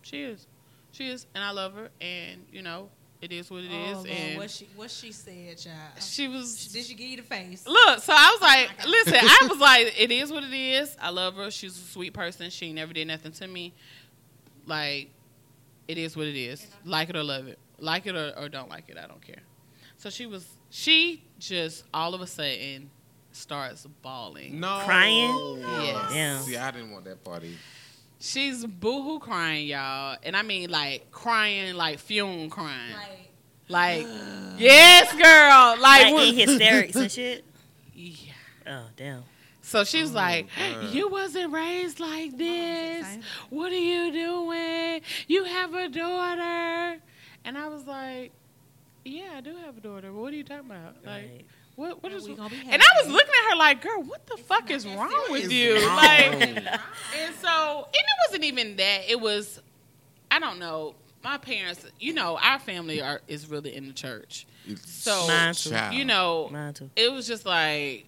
A: she is. She is, and I love her, and you know, it is what it
B: Oh,
A: is."
B: Lord,
A: and
B: what she what she said, child.
A: she was
B: Did she give you the face? Oh
A: Look, so I was like, listen, I was like, it is what it is. I love her. She's a sweet person. She ain't never did nothing to me. Like, it is what it is. Like it or love it. Like it or, or don't like it. I don't care. So she was, she just all of a sudden starts bawling.
C: No.
D: Crying?
A: Yes.
D: Yeah.
C: See, I didn't want that party.
A: She's boohoo crying, y'all. And I mean, like, crying, like, fume crying. Like,
B: Like,
A: yes, girl. Like,
D: Like
A: when-
D: in hysterics and shit.
A: Yeah.
D: Oh damn.
A: So she was like,
C: Oh, God.
A: "You wasn't raised like this.
B: excited.
A: What are you doing? You have a daughter." And I was like, "Yeah, I do have a daughter. But what are you talking about? Like,
D: Right.
A: what what
B: Now
A: is?"
B: we gonna be
A: And I was
B: happy.
A: looking at her like, "Girl, what the fuck is wrong with
C: It's
A: you?"
C: wrong.
A: Like, and so, and it wasn't even that. It was, I don't know. My parents, you know, our family are is really in the church. So,
D: Mine too.
C: Child.
A: You know,
D: Mine too.
A: it was just like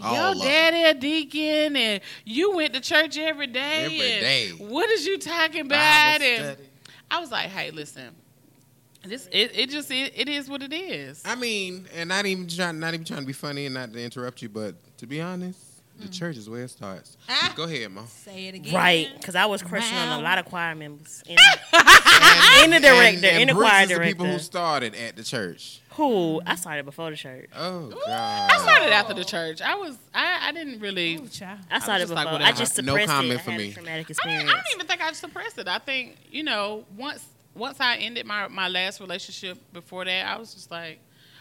C: Ah. All
A: your
C: of it.
A: daddy a deacon and you went to church every day
C: Every
A: and
C: day.
A: what is you talking
C: Bible
A: about and
C: study.
A: i was like hey listen this it, it just it, it is what it is
C: Ah. I mean, and not even trying, not even trying to be funny and not to interrupt you, but to be honest, the
A: Mm.
C: church is where it starts.
B: Ah.
C: Go ahead, Ma.
B: Say it again.
D: Right, because I was crushing on
B: Wow.
D: a lot of choir members. And, and, the director, and, the
C: Bruce
D: choir
C: is the people
D: director.
C: who started at the church.
D: Who? I started before the church.
C: Oh
A: I
C: God.
A: started after the church. I was I, I didn't really.
B: Ooh, child.
D: I started
A: just
D: before.
A: like,
D: I
A: whatever.
D: just
C: No
D: suppressed
C: comment
D: it. I
C: for
D: had a
C: me.
D: traumatic
A: I, mean,
D: experience.
A: I don't even think I suppressed it. I think you know once once I ended my my last relationship before that, I was just like,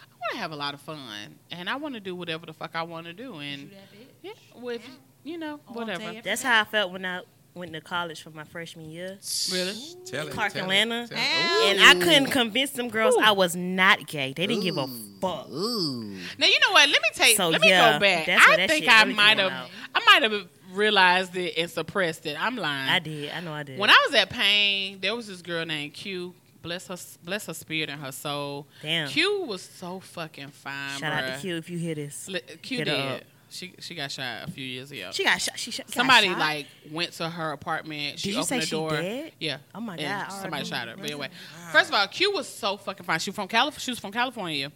A: I want to have a lot of fun and I want to do whatever the fuck I want to do and
B: You that bitch.
A: yeah, with you know
B: All
A: whatever.
B: day,
D: That's how I felt when I went to college for my freshman year.
A: Really?
C: Tell it,
D: Clark,
C: tell it,
D: Atlanta.
C: tell it.
D: And I couldn't convince them girls I was not gay. They didn't give a fuck.
C: Ooh.
A: Now you know what? Let me take.
D: So,
A: let me
D: yeah,
A: go back.
D: that's where
A: I
D: that
A: think
D: shit
A: I
D: really
A: might
D: came
A: have.
D: out.
A: I might have realized it and suppressed it. I'm lying.
D: I did. I know I did.
A: When I was at Payne, there was this girl named Q. Bless her, bless her spirit and her soul.
D: Damn.
A: Q was so fucking fine.
D: Shout out
A: bruh.
D: to Q if you hear this.
A: Li- Q
D: Hit her
A: did.
D: up.
A: She she got shot a few years ago.
D: She got shot. She shot. got
A: somebody
D: shot?
A: like went to her apartment. She
D: Did you
A: opened
D: say
A: the
D: she
A: door.
D: dead?
A: Yeah.
D: Oh my
A: And
D: God,
A: Somebody
D: R.I.P.
A: shot her. But anyway, first of all, Q was so fucking fine. She from Calif- She was from California,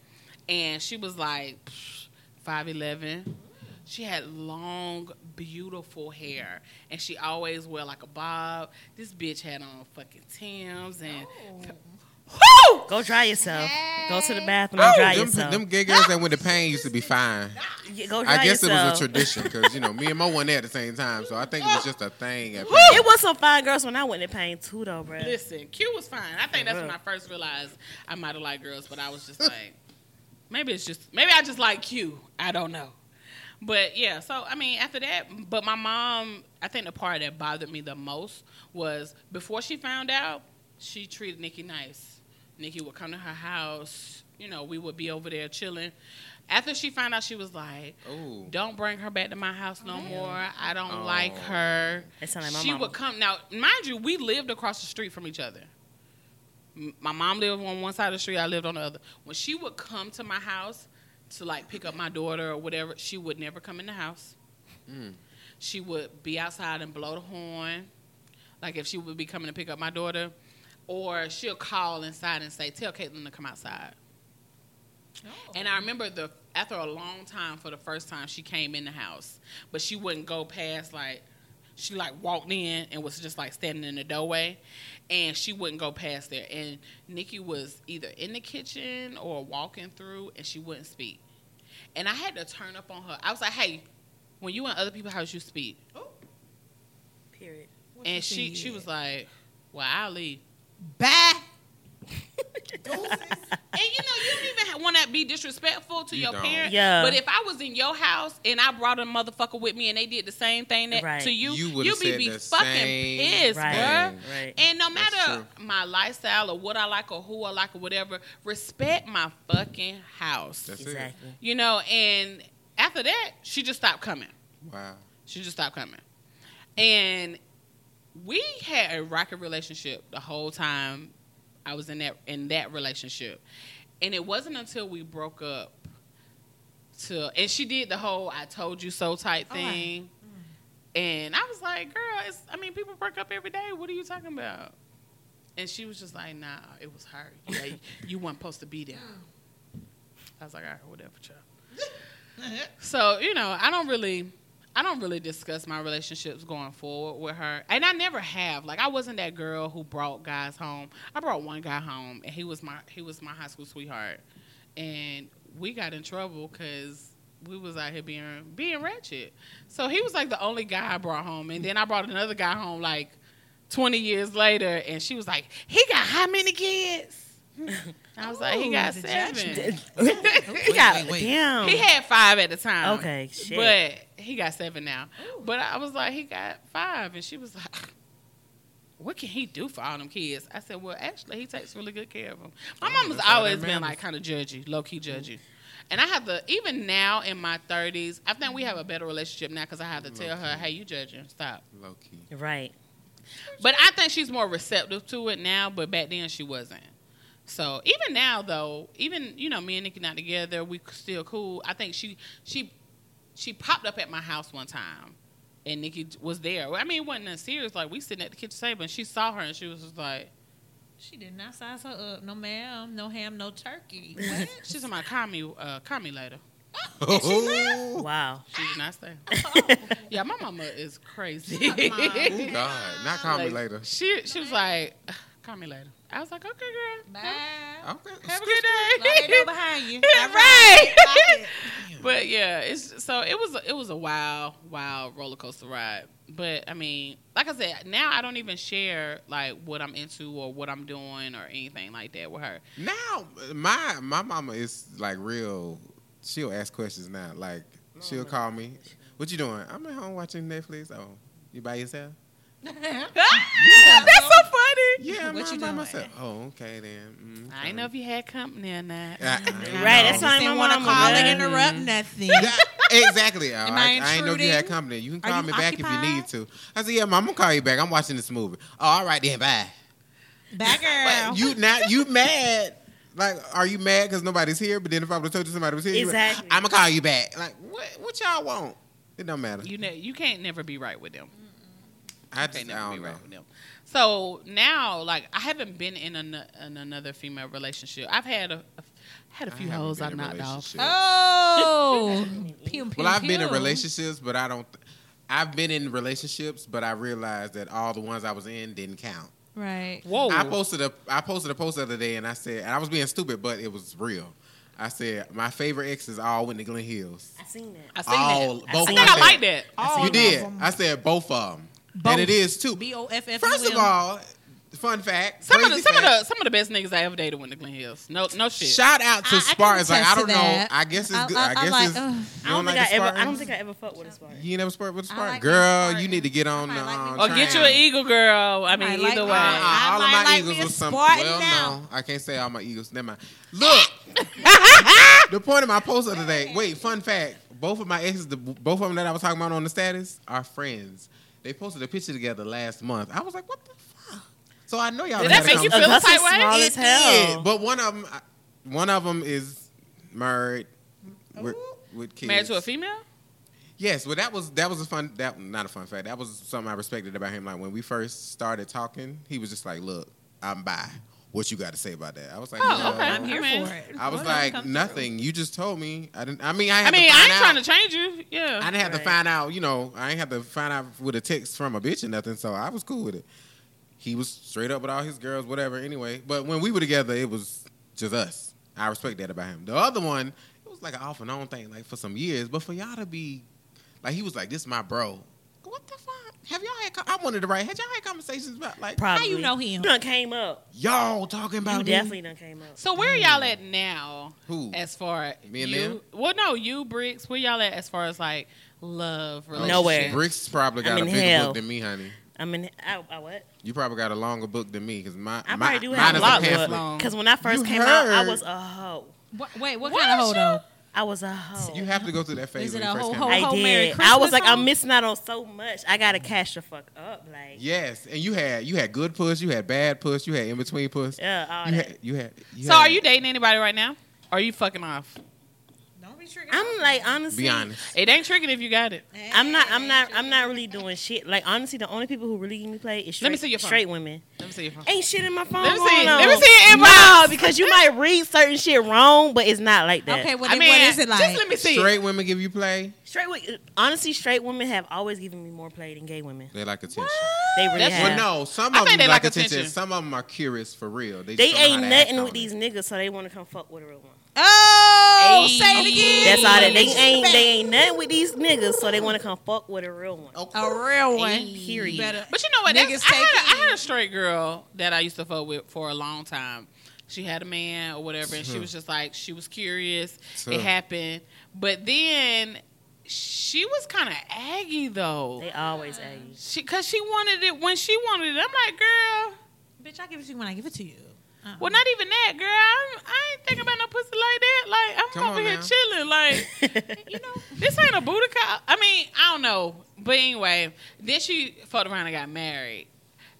A: and she was like five eleven. She had long, beautiful hair, and she always wore like a bob. This bitch had on fucking Tim's and. Woo!
D: Go dry yourself. Go to the bathroom and dry
C: Oh, them,
D: yourself.
C: them gay girls that went to pain used to be fine.
D: Yeah, Go dry
C: I guess it
D: yourself.
C: was a tradition because you know me and Mo weren't there at the same time, so I think it was just a thing. At
D: Woo! It was some fine girls when I went to pain too, though, bro.
A: Listen, Q was fine. I think that's when
D: real.
A: I first realized I might have liked girls, but I was just like, maybe it's just maybe I just like Q. I don't know. But yeah, so I mean, after that, but my mom, I think the part that bothered me the most was before she found out, she treated Nikki nice. Nikki would come to her house, you know, we would be over there chilling. After she found out, she was like,
C: Ooh.
A: "Don't bring her back to my house no more. I don't
C: Oh.
A: like her."
D: That sound like my
A: she
D: mama.
A: would come now. Mind you, we lived across the street from each other. M- My mom lived on one side of the street. I lived on the other. When she would come to my house to like pick up my daughter or whatever, she would never come in the house. She would be outside and blow the horn, like if she would be coming to pick up my daughter, or she'll call inside and say, "Tell Caitlin to come outside."
D: Oh.
A: And I remember the after a long time, for the first time, she came in the house, but she wouldn't go past like she like walked in and was just like standing in the doorway, and she wouldn't go past there. And Nikki was either in the kitchen or walking through, and she wouldn't speak. And I had to turn up on her. I was like, "Hey, when you in other people's house, you speak."
D: Period.
B: What
A: And she she
B: said.
A: was like, "Well, I'll leave."
B: bye.
A: And you know, you don't even want to be disrespectful to
C: You
A: your
C: don't.
A: parent.
D: Yeah.
A: But if I was in your house and I brought a motherfucker with me and they did the same thing that
D: Right.
A: to you,
C: You
A: you
C: would've
A: would be,
C: said
A: be
C: the
A: fucking
C: same
A: pissed,
D: Right.
A: bruh.
D: Right.
A: And no
C: That's
A: matter my lifestyle or what I like or who I like or whatever, respect my fucking house.
C: That's
D: exactly.
A: you know, and after that, she just stopped coming.
C: it. Wow.
A: She just stopped coming. And we had a rocket relationship the whole time I was in that in that relationship. And it wasn't until we broke up to and she did the whole I told you so type
B: Oh, wow. Mm.
A: thing. And I was like, girl, it's I mean, people break up every day. What are you talking about? And she was just like, nah, it was her. Like, you weren't supposed to be there. I was like, all right, whatever, child. so, you know, I don't really I don't really discuss my relationships going forward with her. And I never have. Like I wasn't that girl who brought guys home. I brought one guy home and he was my he was my high school sweetheart. And we got in trouble cuz we was out here being being ratchet. So he was like the only guy I brought home and then I brought another guy home like 20 years later and she was like, "He got how many kids?" I was like, "He
B: Ooh,
A: got
B: the
A: 7."
D: He got
C: wait, wait.
D: damn.
A: He had 5 at the time.
D: okay, shit.
A: But he got seven now. But I was like, he got five, and she was like, what can he do for all them kids? I said, well, actually, he takes really good care of them. My mama's
C: that's all that
A: always been
C: matters. Mm-hmm.
A: like kind of judgy, low key judgy. And I have to, even now in my 30s, I think we have a better relationship now because I have to tell her, hey, you judging, stop.
C: Low key.
D: right.
A: But I think she's more receptive to it now, but back then she wasn't. So even now though, even you know, me and Nikki not together, we still cool. I think she she she popped up at my house one time and Nikki was there. Well, I mean it wasn't that serious, like we sitting at the kitchen table and she saw her and she was just like
B: She did not size her up. No ma'am, no ham, no turkey. What?
A: She's in my call me uh call me later.
C: Oh
D: Wow.
A: She did not stay. yeah, my mama is crazy.
B: Oh. Mine.
C: God, not call me
A: Like,
C: later.
A: She she was like, call me later. I was like, okay, girl.
B: Bye.
C: Okay,
A: Have a good day.
B: Like, they know behind you.
A: Yeah,
B: All
A: right.
B: Lock it.
A: But yeah, it's so it was it was a wild wild roller coaster ride. But I mean, like I said, now I don't even share like what I'm into or what I'm doing or anything like that with her.
C: Now my my mama is like real. She'll ask questions now. Like she'll call me. What you doing? I'm at home watching Netflix. Oh, you by yourself?
A: Ah! That's so funny.
C: Yeah, I'm
B: What
C: by
B: you doing?
C: myself. Oh, okay then. Mm,
A: I didn't know if you had company or not.
C: Yeah.
D: Right, that's
B: Just
D: why my
B: didn't want to
D: mom
B: call and
D: was
B: interrupt nothing.
C: Yeah, exactly. Oh, I,
B: I
C: I ain't know if you had
B: intruding?
C: company. You can
B: Are
C: call
B: you
C: me back if you
B: occupied?
C: need to. I said, yeah, mom, I'm gonna call you back. I'm watching this movie. Oh, all right then, bye.
B: Bye, girl.
C: But you now you mad? Like, are you mad because nobody's here? But then if I would have told you somebody was here,
D: Exactly.
C: I'm gonna call you back. Like, what? What y'all want? It don't matter.
A: You ne- you can't never be right with them.
C: I
A: They never
C: just I
A: be
C: don't know.
A: right with them. So now, like, I haven't been in, an, in another female relationship. I've had a, a had a few
C: haven't
A: hoes
C: been
A: I
C: in
A: knocked off.
C: relationships.
B: oh. Pew, pew,
C: Well, I've been in
B: pew.
C: relationships, but I don't. I've been in relationships, but I realized that all the ones I was in didn't count.
B: Right.
A: Whoa!
C: I posted a I posted a post the other day, and I said, and I was being stupid, but it was real. I said my favorite exes all went to Glen Hills.
D: I seen that.
A: I seen
C: all-
A: that. I
C: both
A: think
C: of
A: I
C: them.
A: like that.
B: All
C: you
B: of
C: did.
B: them.
C: I said both of them,
B: Both.
C: and it is too.
B: B O F F.
C: First of all, fun fact.
A: Some of the
C: crazy
A: some of
C: fact,
A: the some of the best niggas I ever dated went to Glen Hills. No no shit.
C: Shout out to
B: I- I can
C: Spartans. like I
B: attest to
C: don't know.
B: that.
C: I guess it's
B: I-
C: good.
B: I-
C: I,
B: I'm
C: guess
B: like,
C: it's.
B: ugh.
C: you
D: I don't
C: like
D: think
C: the
D: I ever. I don't
C: Spartans?
D: think I ever fucked with a Spartan.
C: You ain't never sport with a
B: I
C: Spartan,
B: like the
C: girl. You
B: Spartans.
C: need to get on.
B: I might like
C: um,
B: me
D: Oh,
A: or get you
C: train.
A: an eagle girl. I mean
B: I like
A: either way.
B: mine.
C: Uh-uh, all of my
B: might like
C: eagles
B: me a
C: was some.
B: Spartan
C: Well,
B: now.
C: no, I can't say all my eagles. Never mind. Look, the point of my post the other day. Wait, fun fact: both of my exes, the, both of them that I was talking about on the status, are friends. They posted a picture together last month. I was like, what the fuck? So I know y'all.
A: Did that
C: done had a
A: make you
C: conversation.
A: feel a
D: Augusta's
A: type way?
D: small
A: It
D: as hell.
C: Yeah, but one of them, one of them is married with, with kids.
A: Married to a female?
C: Yes, well, that was that was a fun that not a fun fact. That was something I respected about him. Like when we first started talking, he was just like, "Look, I'm bi. What you got to say about that?" I was like,
A: Oh,
C: "No."
A: okay.
B: I'm here
A: I mean,
B: for it.
C: I was
A: Well, come
C: like,
A: through.
C: "Nothing. You just told me. I didn't. I mean, I
A: I
C: had
A: mean,
C: to
A: I
C: find
A: ain't trying
C: out.
A: to change you. Yeah.
C: I didn't have to
D: Right.
C: find out. You know, I ain't have to find out with a text from a bitch or nothing. So I was cool with it. He was straight up with all his girls, whatever. Anyway, but when we were together, it was just us. I respect that about him. The other one, it was like an off and on thing, like for some years. But for y'all to be, like, he was like, "This is my bro." What the fuck? Have y'all had? co- I wanted to write. Had y'all had conversations about like
D: Probably.
B: you know him?
D: You done came up.
C: y'all talking about
D: You
C: me?
D: definitely done came up.
A: So where y'all at now?
C: Who?
A: As far
C: Mm. Me and
A: you,
C: them?
A: Well, no, you bricks. Where y'all at as far as like love
C: Oh,
A: relationship?
D: Nowhere.
C: Bricks probably got
D: I'm
C: a
D: in
C: bigger
D: hell.
C: book than me, honey.
D: I mean, I, I what?
C: You probably got a longer book than me because my
D: I
C: my,
D: probably do
C: mine
D: have
C: is
D: a
A: a
D: lot
C: pamphlet.
A: long.
D: because when I first
C: You
D: came out, I
C: heard.
D: was a hoe.
B: Wh- Wait, what
A: What
B: kind of
A: is
B: hold on?
D: I was a hoe.
A: Oh,
C: You have to go through that phase
B: Is it
C: when you
B: a
C: first
B: whole-
C: came
B: whole-
C: out.
D: I
B: whole Merry
D: did. I was
B: Christmas
D: like,
B: song?
D: I'm missing out on so much. I gotta cash the fuck up. Like, yeah,
C: Yes, and you had you had good puss, you had bad puss, you had in between puss.
D: all
C: You
D: that.
C: had you had. You
A: So
C: had-
A: are you dating anybody right now? Or are you fucking off?
B: Don't be triggered.
D: I'm like, honestly,
C: Be honest.
A: It ain't tricking if you got it.
D: I'm not. I'm not. I'm not really doing shit. Like, honestly, the only people who really give me play is straight,
A: Let me see your phone.
D: straight women.
A: Let me see. If
D: Ain't shit in my phone.
A: Let me
D: going
A: see-
D: on.
A: let me see your inbox.
D: No, because you might read certain shit wrong, but it's not like that.
B: Okay, well,
A: I
B: then
A: mean,
B: what is it like?
A: Just let me see.
C: Straight women give you play.
D: Straight, wo- honestly, straight women have always given me more play than gay women.
C: They like attention.
D: They really
A: That's-
D: have.
C: Well, no, some
A: I
C: of
A: think
C: them
A: they
C: like,
A: like
C: attention.
A: attention.
C: Some of them are curious for real. They,
D: They
C: just don't know
D: ain't
C: how to act
D: nothing
C: on
D: with
C: it.
D: these niggas, so they want to come fuck with a real one.
B: Oh,
A: Hey.
B: say it again.
D: That's all that. They ain't. They ain't nothing with these niggas, so they want to come fuck with a real one.
C: Oh,
B: a real one.
D: Hey. Period.
B: You better-
A: But you know what?
B: Niggas
A: That's, I, had
B: take
A: a, I had a straight girl that I used to fuck with for a long time. She had a man or whatever,
D: Hmm.
A: and she was just like she was curious.
C: Sure.
A: It happened, but then she was kind of aggy though,
D: They always at you.
A: she because she wanted it when she wanted it. I'm like, girl,
B: Bitch, I give it to you when I give it to you. Uh-uh.
A: well, not even that, girl. I'm, I ain't thinking about no pussy like that. Like I'm
C: Come
A: over
C: on
A: here
C: now.
A: chilling, like.
D: you know,
A: This ain't a booty call. I mean, I don't know. But anyway, then she fucked around and got married.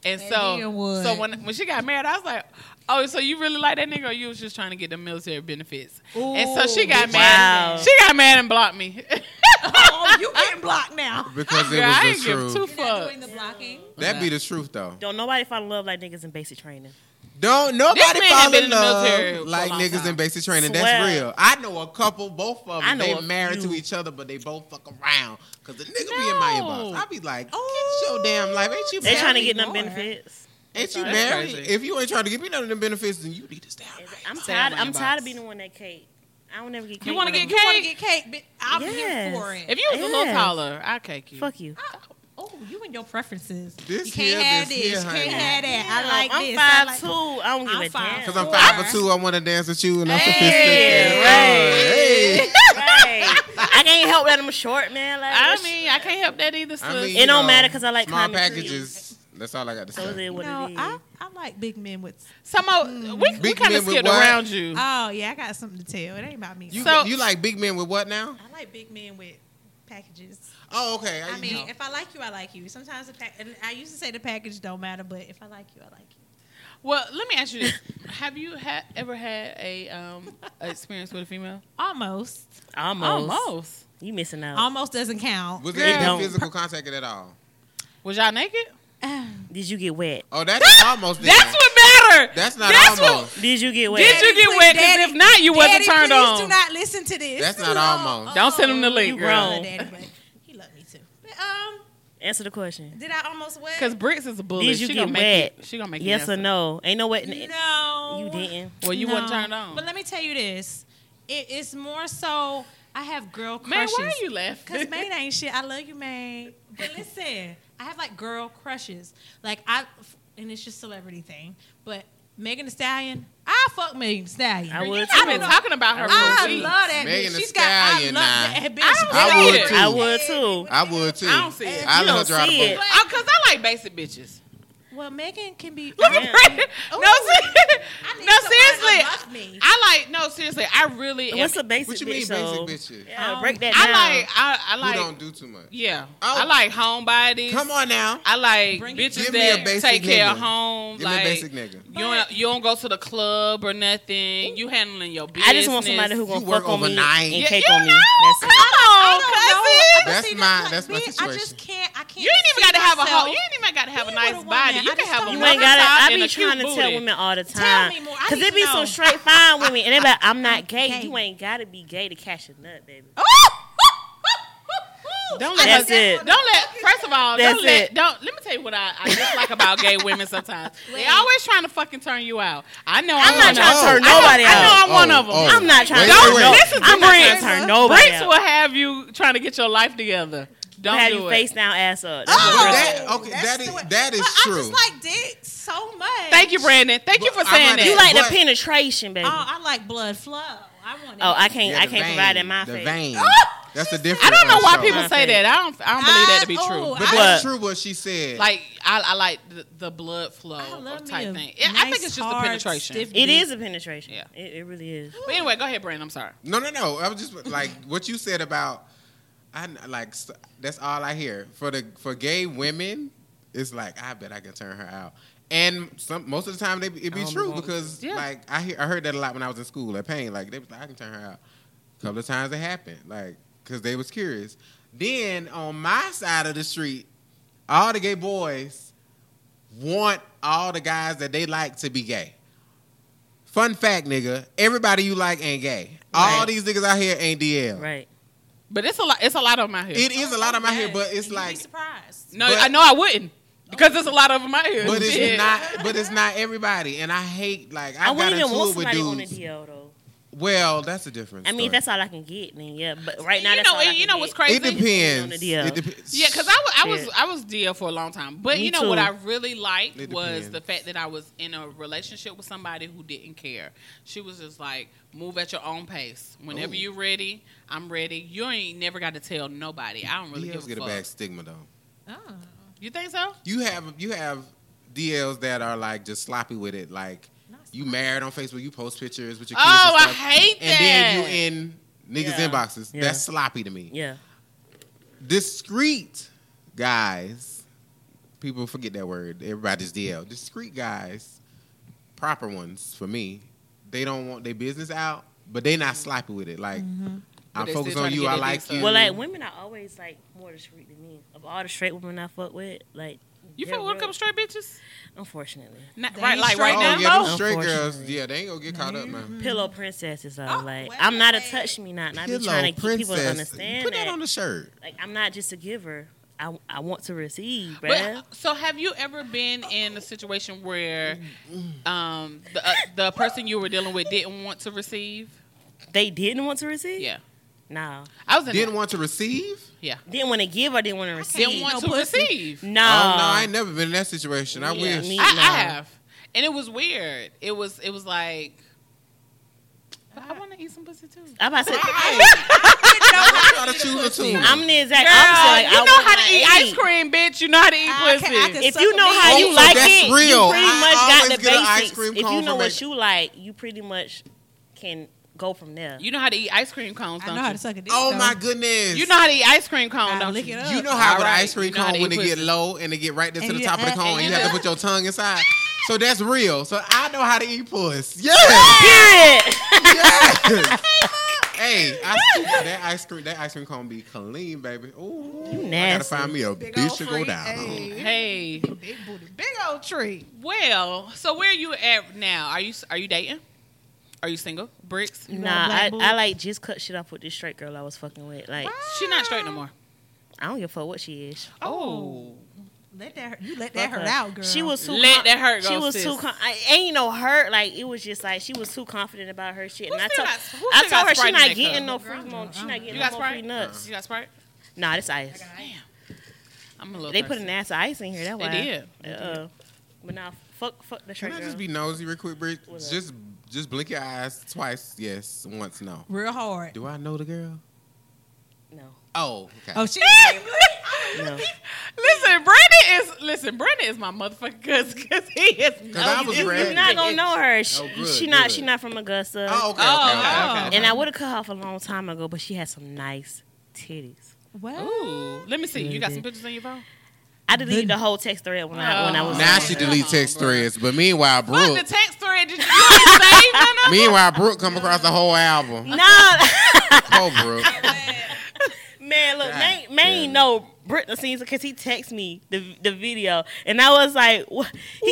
A: And
B: That
A: so,
B: nigga would.
A: so when when she got married, I was like, "Oh, so you really like that nigga? Or you was just trying to get the military benefits?" and so she
B: Ooh,
A: got
D: bitch.
A: mad.
D: Wow.
A: She got mad and blocked me.
B: oh, you getting blocked now.
C: because
A: Girl, I
C: it
A: didn't
C: was the
A: give two
C: truth.
B: You're not doing
A: fucks.
B: the blocking.
C: That be the truth though.
D: don't nobody fall in love like niggas in basic training.
C: Don't nobody
A: man had
C: fall
A: been
C: in
A: in the military
C: love
A: for a
C: like
A: long
C: niggas
A: time.
C: in basic training.
D: Swear.
C: That's real. I know a couple, both of them.
D: I know
C: they
D: a
C: married
D: few.
C: to each other, but they both fuck around. Cause the nigga be in my
A: No.
C: inbox. I be like, oh, get your damn life. Ain't you
D: They trying to
C: married?
D: get them
B: more.
D: benefits.
C: Ain't you
A: That's
C: married?
A: crazy.
C: If you ain't trying to give me none of them benefits, then you need to stay out.
D: I'm
A: Stay
D: tired.
A: out of
D: I'm
A: my
D: tired of
A: inbox.
D: being the one that cake. I don't ever get cake.
A: You wanna
D: whenever-
A: get
B: You want to
A: Cake.
B: get cake? But I'm
D: Yes.
B: here for it.
A: If you was a little
D: Yes.
A: taller, I cake you.
D: Fuck you.
B: oh, you and your preferences.
C: This
B: you can't
C: here,
B: have
C: this
B: this.
C: here,
B: you
C: honey.
B: can't have that. I like
D: I'm
B: this. I
D: five
B: like
D: two. I don't give
B: I'm
D: a
B: five
D: damn.
C: Because I'm five
B: Or-
C: for two. I want to dance with you, and I'm
A: Hey,
C: sophisticated.
D: right.
C: Hey.
D: Right. I can't help that I'm short, man. Like, oh,
A: I
D: that's-
A: mean, I can't help that either, sis.
C: I mean,
D: It
C: you know,
D: don't matter 'cause I like
C: small
D: climbing
C: packages. That's all I got to
D: so it
C: say.
D: is what
B: no,
D: it is.
B: I, I like big men with.
A: Some of, we, we
C: Big
A: kind of
C: men with
A: skipped
C: what?
A: around you.
B: Oh yeah, I got something to tell. It ain't about me.
C: You,
A: So-
C: you like big men with what now?
B: I like big men with packages.
C: Oh, okay.
B: I mean,
C: you know.
B: if I like you, I like you. Sometimes the pack. and I used to say the package don't matter, but if I like you, I like you.
A: well, let me ask you this: Have you ha- ever had a um a experience with a female?
B: Almost,
D: almost. You missing out.
B: almost doesn't count.
C: was
A: Girl.
C: there
D: Don't.
C: any physical contact at all?
A: Was y'all naked?
D: Did you get wet?
C: Oh, that's almost there.
A: That's what matter.
C: That's not
A: That's what-
C: almost.
D: Did you get wet?
A: Did you get
B: please,
A: wet? 'Cause
B: Daddy-
A: if not, you wasn't
B: Daddy,
A: turned
B: please
A: on.
B: do not listen to this.
C: That's
B: This
C: not
B: is all-
C: almost.
A: Don't send him the
D: You
A: link,
B: I
A: girl.
B: love
D: grown.
B: Oh, Daddy, but he loved me too. But um,
D: Answer the question.
B: did I almost wet?
A: Because Bricks is a bully.
D: Did you
A: she
D: get
A: gonna
D: wet?
A: Make it, she gonna make it
D: yes or
A: nasty.
D: no? Ain't no wet.
B: no,
D: You didn't.
A: Well, you wasn't
B: No.
A: turned on.
B: But let me tell you this: it, it's more so I have girl crushes.
A: Man, why are you laughing?
B: Cause Maine ain't shit. I love you, Maine. But listen, I have like girl crushes. Like I, and it's just celebrity thing. But Megan Thee Stallion, I fuck Megan Thee Stallion.
D: I would
A: I've
D: too.
A: been talking about her
B: I
A: for weeks.
B: love that
C: Megan
B: bitch.
C: Thee
B: She's got. I love
C: Stallion,
B: that bitch.
A: I
B: Love
A: would
B: it.
C: too.
D: I would too.
C: I would too.
A: I don't see it.
C: I
D: You
C: let her
D: don't
C: drive
D: see
C: the
D: it.
C: boat.
A: Oh, cause I like basic bitches.
B: Well, Megan can be.
A: Look
D: Yeah.
A: at Britt. No,
B: Oh, I
A: ser-
B: need
A: no,
B: someone
A: seriously.
B: above me.
A: I like no, seriously. I really. am-
D: What's a basic
C: What you
D: bitch?
C: mean,
D: though?
C: basic bitches?
D: Yeah,
B: Um,
D: break that down.
A: I like. I, I
C: Who
A: like.
C: don't do too much?
A: yeah.
C: Oh.
A: I like homebodies.
C: Come on now.
A: I like
B: Bring it.
A: bitches
C: Give me a
A: that
C: basic
A: take care of
C: nigga.
A: home.
C: Give me a
A: like
C: basic nigga.
A: You don't, you don't go to the club or nothing. You handling your business.
D: I just want somebody who gonna
C: You work
D: fuck on me
C: overnight.
D: and
A: Yeah,
D: cake
A: you
D: on me.
A: know,
D: That's
A: come on,
D: it.
B: I
A: cousin.
B: don't know. I
C: That's
B: see
C: my-
B: like
C: that's my
B: being- I
C: situation.
B: just can't. I can't.
A: You ain't even got to have a
B: whole.
A: whole. You ain't even got to have a
B: Being
A: nice
B: with a
A: body.
B: woman,
A: You
B: I
A: can
B: just
A: have a
B: don't
D: You
B: Woman
D: ain't got
A: top
D: to. I
A: and
D: be
A: a cute
D: trying to tell
A: booty.
D: women all the time.
B: me more. I need
D: it
B: to
D: be some
B: know.
D: straight fine women, and they be like, "I'm not gay.
B: gay.
D: You ain't got to be gay to cash a nut, baby."
A: Don't let
D: That's
A: her,
D: it.
A: Don't let. First of all,
D: That's
A: don't let.
D: it.
A: Don't. Let me tell you what I, I dislike about gay women. Sometimes they always trying to fucking turn you out. I know. I'm,
D: I'm not
C: Oh,
A: one
D: trying
A: of them.
D: to turn
A: I know-
D: nobody
A: I know
D: out.
A: I'm one of them.
D: I'm not trying
C: Wait,
D: to.
A: Don't
C: wait,
D: no,
C: wait.
A: listen to me.
D: I'm not trying to turn nobody
A: Bricks
D: out.
A: will have you trying to get your life together. Don't
D: have
A: do
D: you
A: it.
D: face down, ass
C: Well,
D: up. That's what
C: Oh, that, okay, that is, that is
B: but
C: true.
B: I just like dick so much.
A: Thank you, Brandon. Thank you for
C: But
A: saying
C: I'm
A: that.
C: not-
D: you like
C: But-
D: the penetration, baby.
B: Oh,
D: Oh,
B: I like blood flow. I want. it.
D: I can't.
C: Yeah,
D: I
C: the
D: can't
C: vein,
D: provide in my
C: the
D: face.
C: vein. That's the difference.
A: Oh, I don't know
C: on
A: why
C: show.
A: people say that. I don't. I don't believe that to be
B: I- oh,
A: true.
C: But
B: I-
C: that's
D: But-
C: true what she said.
A: Like I, I like the, the blood flow
B: I love
A: of
B: me
A: type
B: a
A: thing. Yeah, I
B: nice,
A: think it's just the
B: hard,
A: penetration.
B: stiff-
D: It is a penetration.
A: Yeah.
D: It, it really is.
A: But anyway, go ahead, Brandon. I'm sorry.
C: No, no, no. I was just like what you said about. I like s- that's all I hear for the for gay women. It's like I bet I can turn her out, and some most of the time they, be- it be
A: Um,
C: true
A: well,
C: because
A: yeah.
C: like I hear, I heard that a lot when I was in school at Payne. Like they was like I can turn her out. A couple of times it happened, like because they was curious. Then on my side of the street, all the gay boys want all the guys that they like to be gay. Fun fact, nigga, everybody you like ain't gay. All
D: Right.
C: these niggas out here ain't DL.
D: Right.
A: But it's a lot. It's a lot of them out here.
C: It is a lot of them out here,
B: Yes,
C: but it's
B: you'd
C: like,
B: Be surprised.
A: no,
C: but-
A: I know I wouldn't because there's a lot of them out here.
C: but it's
A: Shit.
C: not, but it's not everybody. And I hate like I,
D: I,
C: got
D: wouldn't
C: into
D: even want
C: it with
D: somebody on the
C: dudes.
D: DL though.
C: well, that's a difference.
D: I mean, if that's all I can get, then yeah. But right now,
A: you
D: that's
A: know,
D: all I
A: you
D: can
A: know
D: get.
A: what's crazy?
C: it depends.
D: On the DL.
C: It depends.
A: Yeah, because I, was
D: Shit.
A: I was I was DL for a long time, but
D: Me
A: you know what
D: too.
A: I really liked
C: It
A: was the
C: depends.
A: fact that I was in a relationship with somebody who didn't care. She was just like, "Move at your own pace. Whenever
C: Ooh.
A: you're ready, I'm ready. You ain't never got to tell nobody. I don't really
C: DLs
A: give
C: get
A: a
C: a
A: fuck."
C: bad stigma though.
B: Oh.
A: You think so?
C: You have you have DLs that are like just sloppy with it. Like
B: Not
C: you
B: sloppy.
C: married on Facebook, you post pictures with your kids.
A: Oh,
C: and
A: I
C: stuff,
A: hate
C: And then
A: that.
C: you in niggas
D: Yeah.
C: inboxes.
D: Yeah.
C: That's sloppy to me.
D: Yeah.
C: discreet guys people forget that word everybody's dl discreet guys proper ones for me they don't want their business out but they not sloppy with it like
D: Mm-hmm.
A: But
C: i'm
A: they still
C: focused
A: trying
C: on
A: to
C: you
A: get
C: i
A: their
C: like
A: dicks up.
C: you
D: Well, like women are always like more discreet than me. Of all the straight women I fuck with, like
A: You
D: They're
A: feel welcome,
D: real-
A: straight bitches?
D: Unfortunately,
A: Not,
B: They
A: right,
B: ain't
A: like right
C: oh,
A: now.
C: yeah, them
D: Mo?
C: straight girls.
D: Unfortunately.
C: Yeah, they ain't gonna get caught up now.
D: pillow princesses though.
B: Oh,
D: like
B: wait
D: I'm
B: a
D: not a
B: minute.
D: touch me not. And I be
C: Pillow
D: trying to get people to
C: princess.
D: understand
C: Put
D: that.
C: that on the shirt.
D: like I'm not just a giver. I, I want to receive, bruh.
A: But, so have you ever been in a situation where um, the uh, the person you were dealing with didn't want to receive?
D: they didn't want to receive.
A: Yeah,
D: No.
A: I was in.
C: Didn't
A: that.
C: want to receive?
A: yeah,
D: Didn't want to give or didn't want to receive.
A: didn't want
B: no
A: to
B: pussy.
A: receive.
D: No.
C: oh no, I ain't never been in that situation. I
D: Yeah,
C: wish.
D: me-
A: I, I
D: No.
A: have, and it was weird. It was it was like. But I want to eat some pussy too.
D: I'm about to say,
C: I try to choose a tune.
D: I'm the exact
A: Girl,
D: opposite. Like,
A: you
D: I
A: know
D: want
A: how to eat
D: my
A: ice cream, bitch. You know how to eat
B: I
A: pussy.
B: can- I can-
D: If
B: Suck
D: you
B: a
D: know
B: dick.
D: how
C: Oh,
D: you
C: so
D: like
C: that's
D: it,
C: real.
D: you pretty
C: I
D: much got
C: always
D: the
C: get an ice
D: basics.
C: cream
D: If
C: cone
D: you know
C: from
D: what
C: Mac-
D: you like, you pretty much can go from there.
A: you know how to eat ice cream cones,
B: I
A: don't
B: know how
A: you?
B: to suck a dick.
C: Oh
B: though.
C: my goodness.
A: You know how to eat ice cream cone,
B: I
A: don't
B: lick
A: you?
B: it up.
C: You know how
A: All
C: with
A: right,
C: ice cream
A: you know how to
C: cone when
A: eat
C: it get
A: pussy.
C: low and it get right there to
B: And
C: the
B: you-
C: top of the
B: and-
C: cone
B: and
C: and you
A: you
C: have to
A: do-
C: put your tongue inside. So that's real. So I know how to eat puss. Yeah.
D: Period.
C: yes. hey, I, that ice cream that ice cream cone be clean, baby. Ooh. You I gotta
D: nasty.
C: find me a bitch to go down on.
A: Hey,
B: Big booty, big old tree.
A: well, so where are you at now? Are you are you dating? Are you single? Bricks?
B: want a
D: Nah,
B: black
D: I,
B: boob?
D: I like just cut shit off with this straight girl I was fucking with. Like
A: She not straight no more.
D: I don't give a fuck what she is.
A: Oh,
B: Let that hurt. you
D: Fuck
B: let that hurt
D: her.
B: out, girl.
D: She was too.
A: Let that hurt
D: She
A: go,
D: was
A: sis.
D: too. Con- I, ain't no hurt. Like it was just like she was too confident about her shit.
A: Who
D: and I
A: still
D: told,
A: got- who
D: I
A: still got
D: told her she
A: Sprite in
D: not
A: that
D: getting no
A: cup?
D: free. Mon- she not getting
A: you
D: no
A: got
D: more free
A: Sprite?
D: nuts.
A: You got Sprite?
B: Uh-huh.
D: Nah, this ice.
A: Damn, I'm a little.
D: They put
A: thirsty.
D: an ass of ice in here. That
A: They
D: why.
A: did.
D: Uh, but now fuck, fuck the
C: Can
D: straight
C: I
D: girl.
C: just be nosy real quick, Bridge?
D: What up?
C: Just just blink your eyes twice, yes, once no.
B: real hard.
C: Do I know the girl?
D: no,
C: Oh, okay.
B: Oh, she
D: no.
A: Listen, Brandon is listen. Brandon is my motherfucking cousin because he is.
C: Cause I was
D: you,
C: ready.
D: are not gonna know her. She,
C: Oh, good,
D: she not.
C: good.
D: She not from Augusta.
C: Oh, okay,
A: Oh,
C: okay, okay, okay.
D: And I would have cut her off a long time ago, but she had some nice titties.
B: well,
A: Ooh, let me see. You got some pictures on your phone?
D: I deleted the whole text thread when I when I
A: Oh.
D: was
C: Now she
A: Come
C: delete
A: on,
C: text
A: bro.
C: threads, but meanwhile,
A: What the
C: Brooke.
A: text thread? Did you really save none of them?
C: Meanwhile, Brooke come across the whole album.
D: No,
C: Oh, Brooke.
D: Man, look,
C: God
D: man,
C: damn
D: man
C: it.
D: know Britney scenes because he texted me the the video, and I was like, "What?" He,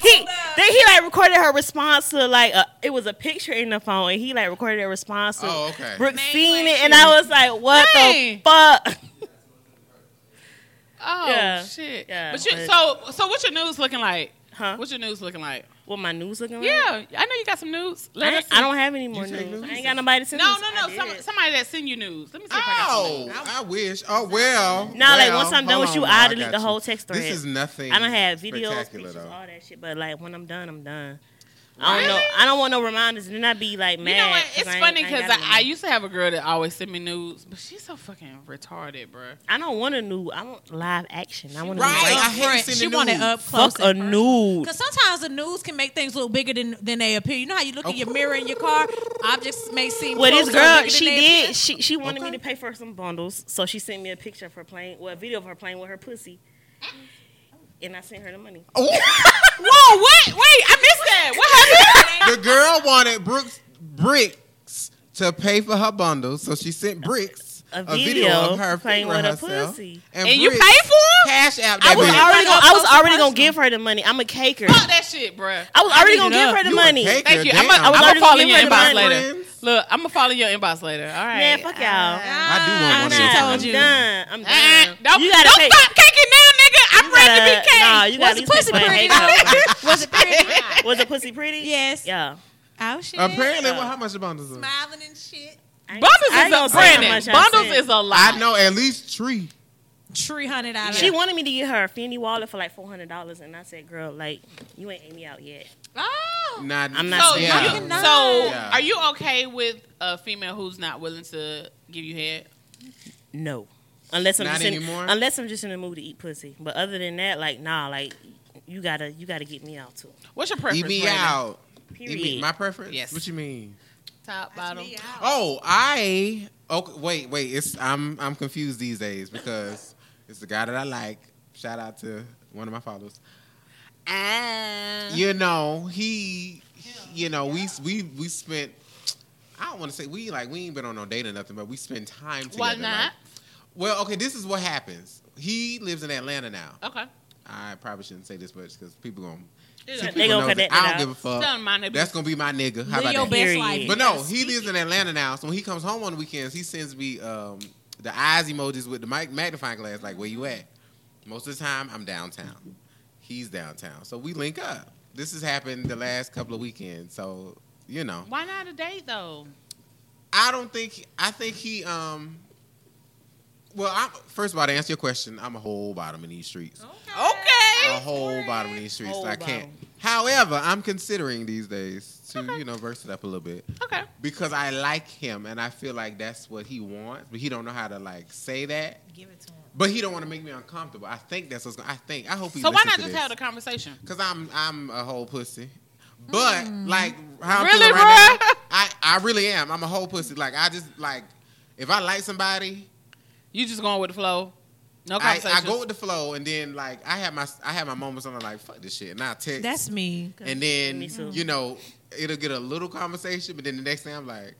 D: he then he like recorded her response to like a, it was a picture in the phone, and he like recorded a response to.
C: Oh, okay.
D: Brooke
B: Man,
D: seen
B: like
D: it, and I was like, "What
A: Dang.
D: the fuck?"
A: Oh
D: Yeah.
A: shit!
D: Yeah,
A: but you, so so what's your news looking like?
D: Huh?
A: What's your news looking like?
D: What my news looking like?
A: Yeah, I know you got some news. Let
D: I,
A: us
D: I don't have any more
C: You take
D: news.
C: news?
D: I ain't got nobody to send
A: No,
D: news. I
A: no, no.
D: did.
A: Some, somebody that send you news. Let me see if I got some
C: Oh,
A: news.
C: I wish. Oh well.
D: No, like,
C: well,
D: once I'm done
C: hold
D: with you,
C: on,
D: I
C: now,
D: delete
C: got
D: the
C: you.
D: whole text thread.
C: This is nothing.
D: I don't have videos,
C: spectacular,
D: pictures,
C: though.
D: all that shit. But like when I'm done, I'm done. I don't know. I don't want no reminders, and then I be like mad.
A: You know what?
D: 'cause
A: It's
D: I ain't-
A: funny
D: ain't
A: because
D: got
A: I,
D: no
A: I, used to have a girl that always sent me news, but she's so fucking retarded, bruh.
D: I don't want a nude. I want live action. I want
C: Right,
D: to be
C: I
D: like,
C: hate seeing
B: she
C: the
B: wanted
C: nudes.
B: up close.
D: fuck a nude.
B: Because sometimes the news can make things look bigger than, than they appear. You know how you look
C: Of
B: in your
C: course.
B: mirror in your car? Objects may seem.
D: Well, this
B: closer or bigger
D: girl,
B: than
D: she
B: they
D: did. She she wanted me
C: Okay.
D: to pay for some bundles, so she sent me a picture of her playing, well, a video of her playing with her pussy, and I sent her the money.
A: Whoa, what? Wait, I missed that. What happened?
C: Oh, the girl wanted Brooks bricks to pay for her bundle, so she sent bricks
D: A
C: a, video,
D: video
C: of her
D: playing
C: fingering
D: with her
C: herself,
D: pussy.
A: and you pay
C: Bricks
A: for him?
C: cash app.
D: I
C: That
D: was
C: bitch.
D: already gonna, I was
B: Personal,
D: already gonna
B: personal.
D: give her the money. I'm a caker.
A: Fuck that shit, bruh.
D: I was already gonna
B: it
D: give
B: up.
D: her the
C: You a
D: money.
C: cake?
A: Thank you.
C: Damn.
A: I'm gonna
C: I was
A: I'm
D: already
A: follow
D: giving
A: your
D: her the
A: inbox
D: money.
A: later. Look, I'm gonna follow your inbox later. All right.
D: Man, fuck y'all.
C: I do want one of
B: she
C: those.
B: told
D: I'm
B: you.
D: done. I'm
A: Uh-uh.
D: done.
A: Don't,
D: you gotta
A: don't
D: pay.
A: stop caking now, nigga. I'm
D: You
A: ready to
D: gotta-
A: be caked.
D: Nah, you
B: Was
D: gotta at
B: the
D: least
B: pussy
D: pay for
B: pretty?
D: the cake.
B: though? was it pretty?
D: Was the pussy pretty?
B: Yes.
D: Yeah.
B: oh shit.
C: Apparently, well, how much the bundles? Are?
B: Smiling and shit.
D: I ain't-
A: Bundles
D: I ain't
A: is
D: gonna
A: a
D: say how
A: Brandon.
D: much I
A: Bundles
D: sent.
A: is a lot.
C: I know at least three.
B: Three hundred dollars.
D: She wanted me to get her a Fendi wallet for like four hundred dollars, and I said, "Girl, like you ain't ate me out yet."
B: Oh.
C: Not.
D: I'm not
A: So,
D: saying
C: yeah.
A: you-
B: I cannot.
A: so
C: Yeah.
A: are you okay with a female who's not willing to give you head?
D: No, unless I'm
C: Not
D: just in,
C: anymore?
D: unless I'm just in the mood to eat pussy. But other than that, like nah, like you gotta you gotta get me out too.
A: What's your preference?
C: Eat me
A: Brandon?
C: out. Eat
D: Period.
C: me. My preference.
A: Yes.
C: What you mean?
A: Top, bottom.
C: Oh, I okay. Wait, wait. It's I'm I'm confused these days because it's the guy that I like. Shout out to one of my followers. You know he, you know we we we spent. I don't want to say we like we ain't been on no date or nothing, but we spent time together.
A: Why
C: like-
A: not?
C: well, okay. This is what happens. He lives in Atlanta now.
A: Okay.
C: I probably shouldn't say this much because people gonna.
A: They
C: some
A: gonna
C: people know
D: connect
C: that I
D: it
C: don't give a
A: Tell 'em my nigga.
C: fuck. That's gonna be my nigga. How
B: Live your
C: about that?
B: best
D: Period.
B: life.
C: But no,
B: Yes.
C: he lives in Atlanta now. So when he comes home on the weekends, he sends me um, the eyes emojis with the mic magnifying glass, like where you at. Most of the time, I'm downtown. He's downtown, so we link up. This has happened the last couple of weekends, so you know.
A: Why not a date though?
C: I don't think. I think he. Um. Well, I'm, first of all, to answer your question, I'm a whole bottom in these streets.
A: Okay.
C: A whole bottom in these streets.
D: Whole
C: I can't.
D: bottom.
C: However, I'm considering these days to you know verse it up a little bit
A: Okay.
C: because I like him and I feel like that's what he wants, but he don't know how to like say that.
B: Give it to him.
C: But he don't want to make me uncomfortable. I think that's what's. I think. I hope he.
A: So why
C: listens
A: not
C: to
A: just
C: this.
A: have the conversation?
C: Cause I'm I'm a whole pussy. But like how
A: Really,
C: I'm feeling right
A: bruh?
C: now, I I really am. I'm a whole pussy. Like I just like if I like somebody,
A: You just going with the flow. No
C: I,
A: conversation.
C: I go with the flow, and then like I have my I have my moments. and I'm like fuck this shit, and I text,
B: That's me.
C: and
D: Me
C: then
D: too.
C: you know it'll get a little conversation, but then the next thing I'm like,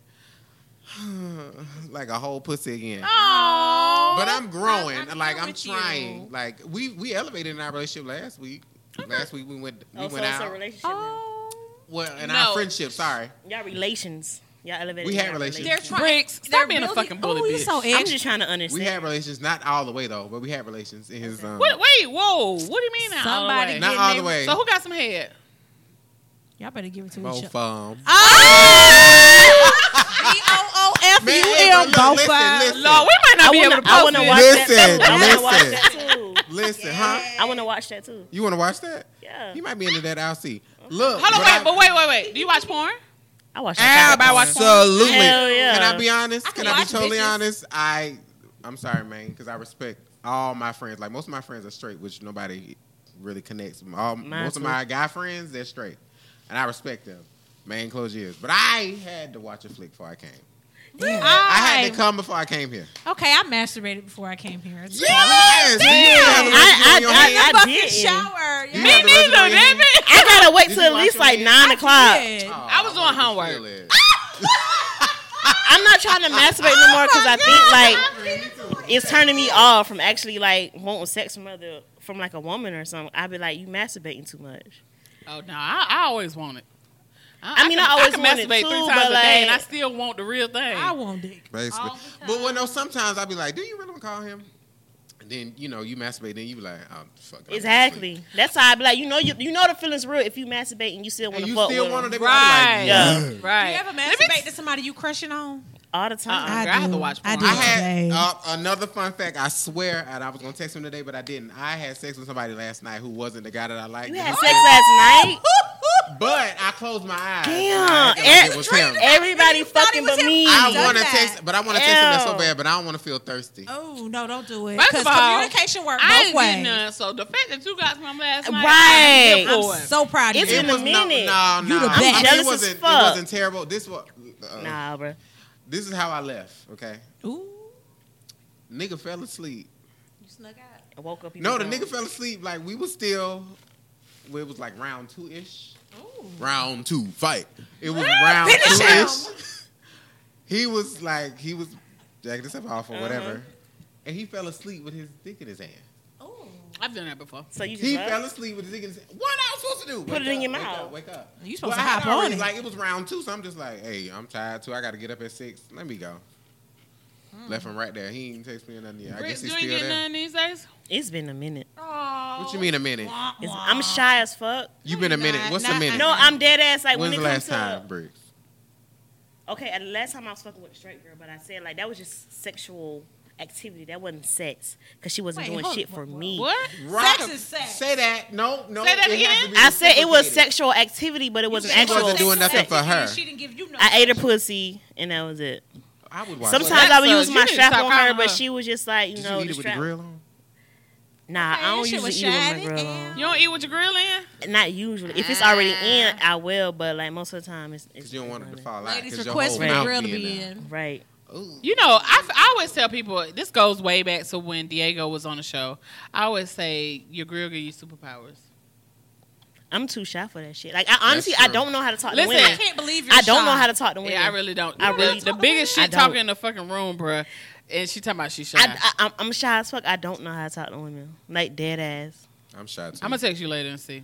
C: like a whole pussy again.
A: Aww.
C: But I'm growing.
B: I'm- I'm
C: like
B: here
C: I'm
B: with you.
C: trying. Like we we elevated in our relationship last week. Last week we went we
D: oh, so
C: went
D: it's
C: out.
D: a relationship. now.
B: Oh.
C: well, and
A: No.
C: our friendship. Sorry.
D: Y'all relations. Y'all elevated.
C: We
D: y'all
C: had relations.
B: They're trying.
A: Bricks, stop
B: they're
A: being a
B: building-
A: fucking bully,
B: Oh, you
A: bitch.
B: so
A: I'm
D: I'm
B: edgy.
D: just trying to understand.
C: We had relations, not all the way though, but we had relations in his. Um,
A: Wait, wait, whoa. What do you mean now?
B: Somebody
C: Not
B: getting
C: all the
B: their-
C: way.
A: So who got some head?
B: Y'all better give it to each
C: both
B: other.
C: of 'em.
B: Ah! B O O F
C: Man,
B: U
C: hey,
B: M.
C: but look,
B: Both
C: listen,
B: of
C: listen,
A: Lord, we might not
D: I
A: be
D: wanna,
A: able to
D: I
A: post
D: wanna
A: this.
D: watch
C: Listen,
D: that. Too. I wanna watch
C: listen.
D: that too.
C: listen, huh?
D: I wanna watch that too.
C: You want to watch that?
D: Yeah.
C: He might be into that. I'll see. Look,
A: Hold on,
C: what I-
A: wait, but wait, wait, wait. Do you watch porn?
D: I watch
A: Ah,
D: that.
A: but I watch
C: absolutely.
D: Hell yeah.
C: Can I be honest?
B: I
C: can
B: can
C: I be
B: watch
C: totally
B: bitches.
C: honest? I, I'm sorry, man, because I respect all my friends. Like most of my friends are straight, which nobody really connects. with. All,
D: Mine
C: most of
D: too.
C: my guy friends, they're straight, and I respect them. Man, close your ears. But I had to watch a flick before I came. I had to come before I came here.
B: Okay, I masturbated before I came here. It's
C: Yes, Do you have a
D: I-
C: resume on
D: I-
C: your
D: I-
C: hand?
B: fucking
D: didn't.
B: shower.
C: You
B: Yeah.
A: Me
C: have the resume
A: neither,
C: on your hand?
A: damn it.
D: I gotta wait
C: Did
D: till
C: you
D: at
C: watch
D: least
C: it?
D: like nine o'clock.
B: Yeah.
C: Oh,
A: I was doing
C: wanted to
A: homework.
C: feel it.
D: I'm not trying to masturbate no more because I think like it's turning me off from actually like wanting sex from other from like a woman or something. I'd be like, you masturbating too much.
A: Oh no, I, I always want it.
D: I mean, I always
A: can
D: want it
A: masturbate
D: too,
A: three times
D: but
A: a day, and I
D: like-
A: still want the real thing.
B: I won't dick.
C: Basically.
B: All the
C: But well, no, sometimes I'll be like, do you really want to call him? And then, you know, you masturbate, then you be like, oh, fuck. it, I'm asleep.
D: Exactly. That's how I'd be like, you know, you, you know the feeling's real if you masturbate and you still want
C: And
D: to
C: you
D: fuck
C: still
D: with
C: want to,
D: them.
C: they be
A: Right.
C: like,
D: Yeah.
C: yeah.
A: Right.
B: You ever
A: Let me-
B: masturbate to somebody you crushing on?
D: all the time.
A: I have to watch
B: I
A: porn.
B: do.
C: I
B: today.
C: had uh, another fun fact. I swear, and I was gonna text him today, but I didn't. I had sex with somebody last night who wasn't the guy that I liked.
D: You had sex last night.
C: but I closed my eyes.
D: Damn.
C: I acted like it was him.
D: Everybody
B: You thought
D: fucking
B: it was
D: but
B: him?
D: me.
C: I
B: done
C: want to
B: that.
C: text, but I want to text him that so
D: Ew.
C: bad, but I don't want to feel thirsty.
B: Oh no, don't do it.
A: First
B: Because
A: of all,
B: communication works
A: I
B: both
A: ain't getting
B: ways.
A: none. So the fact that you got some last night,
D: Right.
A: I'm good for
B: I'm
A: it.
B: so proud of
D: It's
B: you.
D: in a minute.
C: No, no,
B: You the
C: I mean,
B: best.
C: it
D: Jealous as
C: wasn't. It
D: fuck.
C: wasn't terrible. This was. Uh,
D: Nah, bro.
C: This is how I left. Okay,
B: Ooh,
C: nigga fell asleep.
B: you snuck out.
D: I woke up. he
C: No,
D: was
C: the
D: gone.
C: nigga fell asleep. Like we was still. well, It was like round two ish.
B: Ooh,
C: Round two fight. It was round
B: Finish
C: two
B: him.
C: ish. He was like he was jacking himself off or
D: Uh-huh.
C: whatever, and he fell asleep with his dick in his hand.
B: ooh.
A: I've done that before.
D: So you just
C: He
D: left?
C: fell asleep with his dick in his hand. What I was supposed to do?
D: Put it in your
C: wake
D: mouth.
C: Up, wake up.
B: You supposed
C: Well,
B: to
C: I had
B: hop on
C: already-
B: it.
C: Like it was round two, so I'm just like, hey, I'm tired too. I got to get up at six. Let me go. Left him right there. He ain't text me or nothing yet. I
A: Bricks,
C: guess
A: you
C: he's
A: ain't
C: still
A: getting
C: there.
A: none these days.
D: It's been a minute.
B: Oh.
C: What you mean a minute?
D: It's- I'm shy as fuck.
C: You been a minute. What's a
B: Nah,
C: minute?
D: No, I'm dead ass. Like
C: When's
D: when
C: the
D: it
C: last
D: comes to
C: time, Briggs?
D: okay, and the last time I was fucking with a straight girl, but I said like that was just sexual activity. That wasn't sex because she wasn't
B: Wait,
D: doing
B: hold-
D: shit for
B: what-
D: me.
A: What?
C: Rock-
B: is sex.
C: Say that. No, no.
A: Say that
C: it has
A: again?
C: to be
D: I said it was
C: reciprocated.
D: sexual activity, but it wasn't
C: She
D: actual.
C: wasn't doing
D: sex.
C: nothing for her.
B: She didn't give you no.
D: I ate her pussy and that was it.
C: I would watch
D: Sometimes
A: that
D: I would
A: sucks.
D: use
A: You
D: my
A: need to
D: strap
A: stop
D: on her,
A: calling
D: but
A: her.
D: she was just like, you
C: Did you
D: know,
C: eat it
D: the
C: with the
D: strap.
C: grill on?
D: Nah,
B: Okay,
D: I
B: that
D: don't
B: shit was
D: usually eat it with
B: shiny
D: my grill
B: and-
A: You don't eat with your grill in?
D: on. Not usually. If it's already in,
A: Ah.
D: I will. But like most of the time, it's, it's
C: Because you don't want it
D: it's
C: to
D: not
C: fall out.
B: Ladies
C: 'cause your
B: request
C: whole
B: for the
C: mouth
B: grill to
C: being
B: be
C: out.
B: in.
D: in. Right.
C: Ooh.
A: You know, I, I always tell people this goes way back to when Diego was on the show. I always say your grill give you superpowers.
D: I'm too shy for that shit. Like I honestly, I
C: true.
D: don't know how to talk
A: Listen,
D: to women.
B: I can't believe you're
D: I don't
B: shy.
D: know how to talk to women.
A: Oh, Yeah, I really don't.
D: I
A: the,
D: really-
A: the biggest
D: I
A: shit
D: don't.
A: talking in the fucking room, bruh. And she talking about she shy.
D: I, I, I'm- I'm shy as fuck. I don't know how to talk to women. Like dead ass.
C: I'm shy too.
A: I'm gonna text you later and see.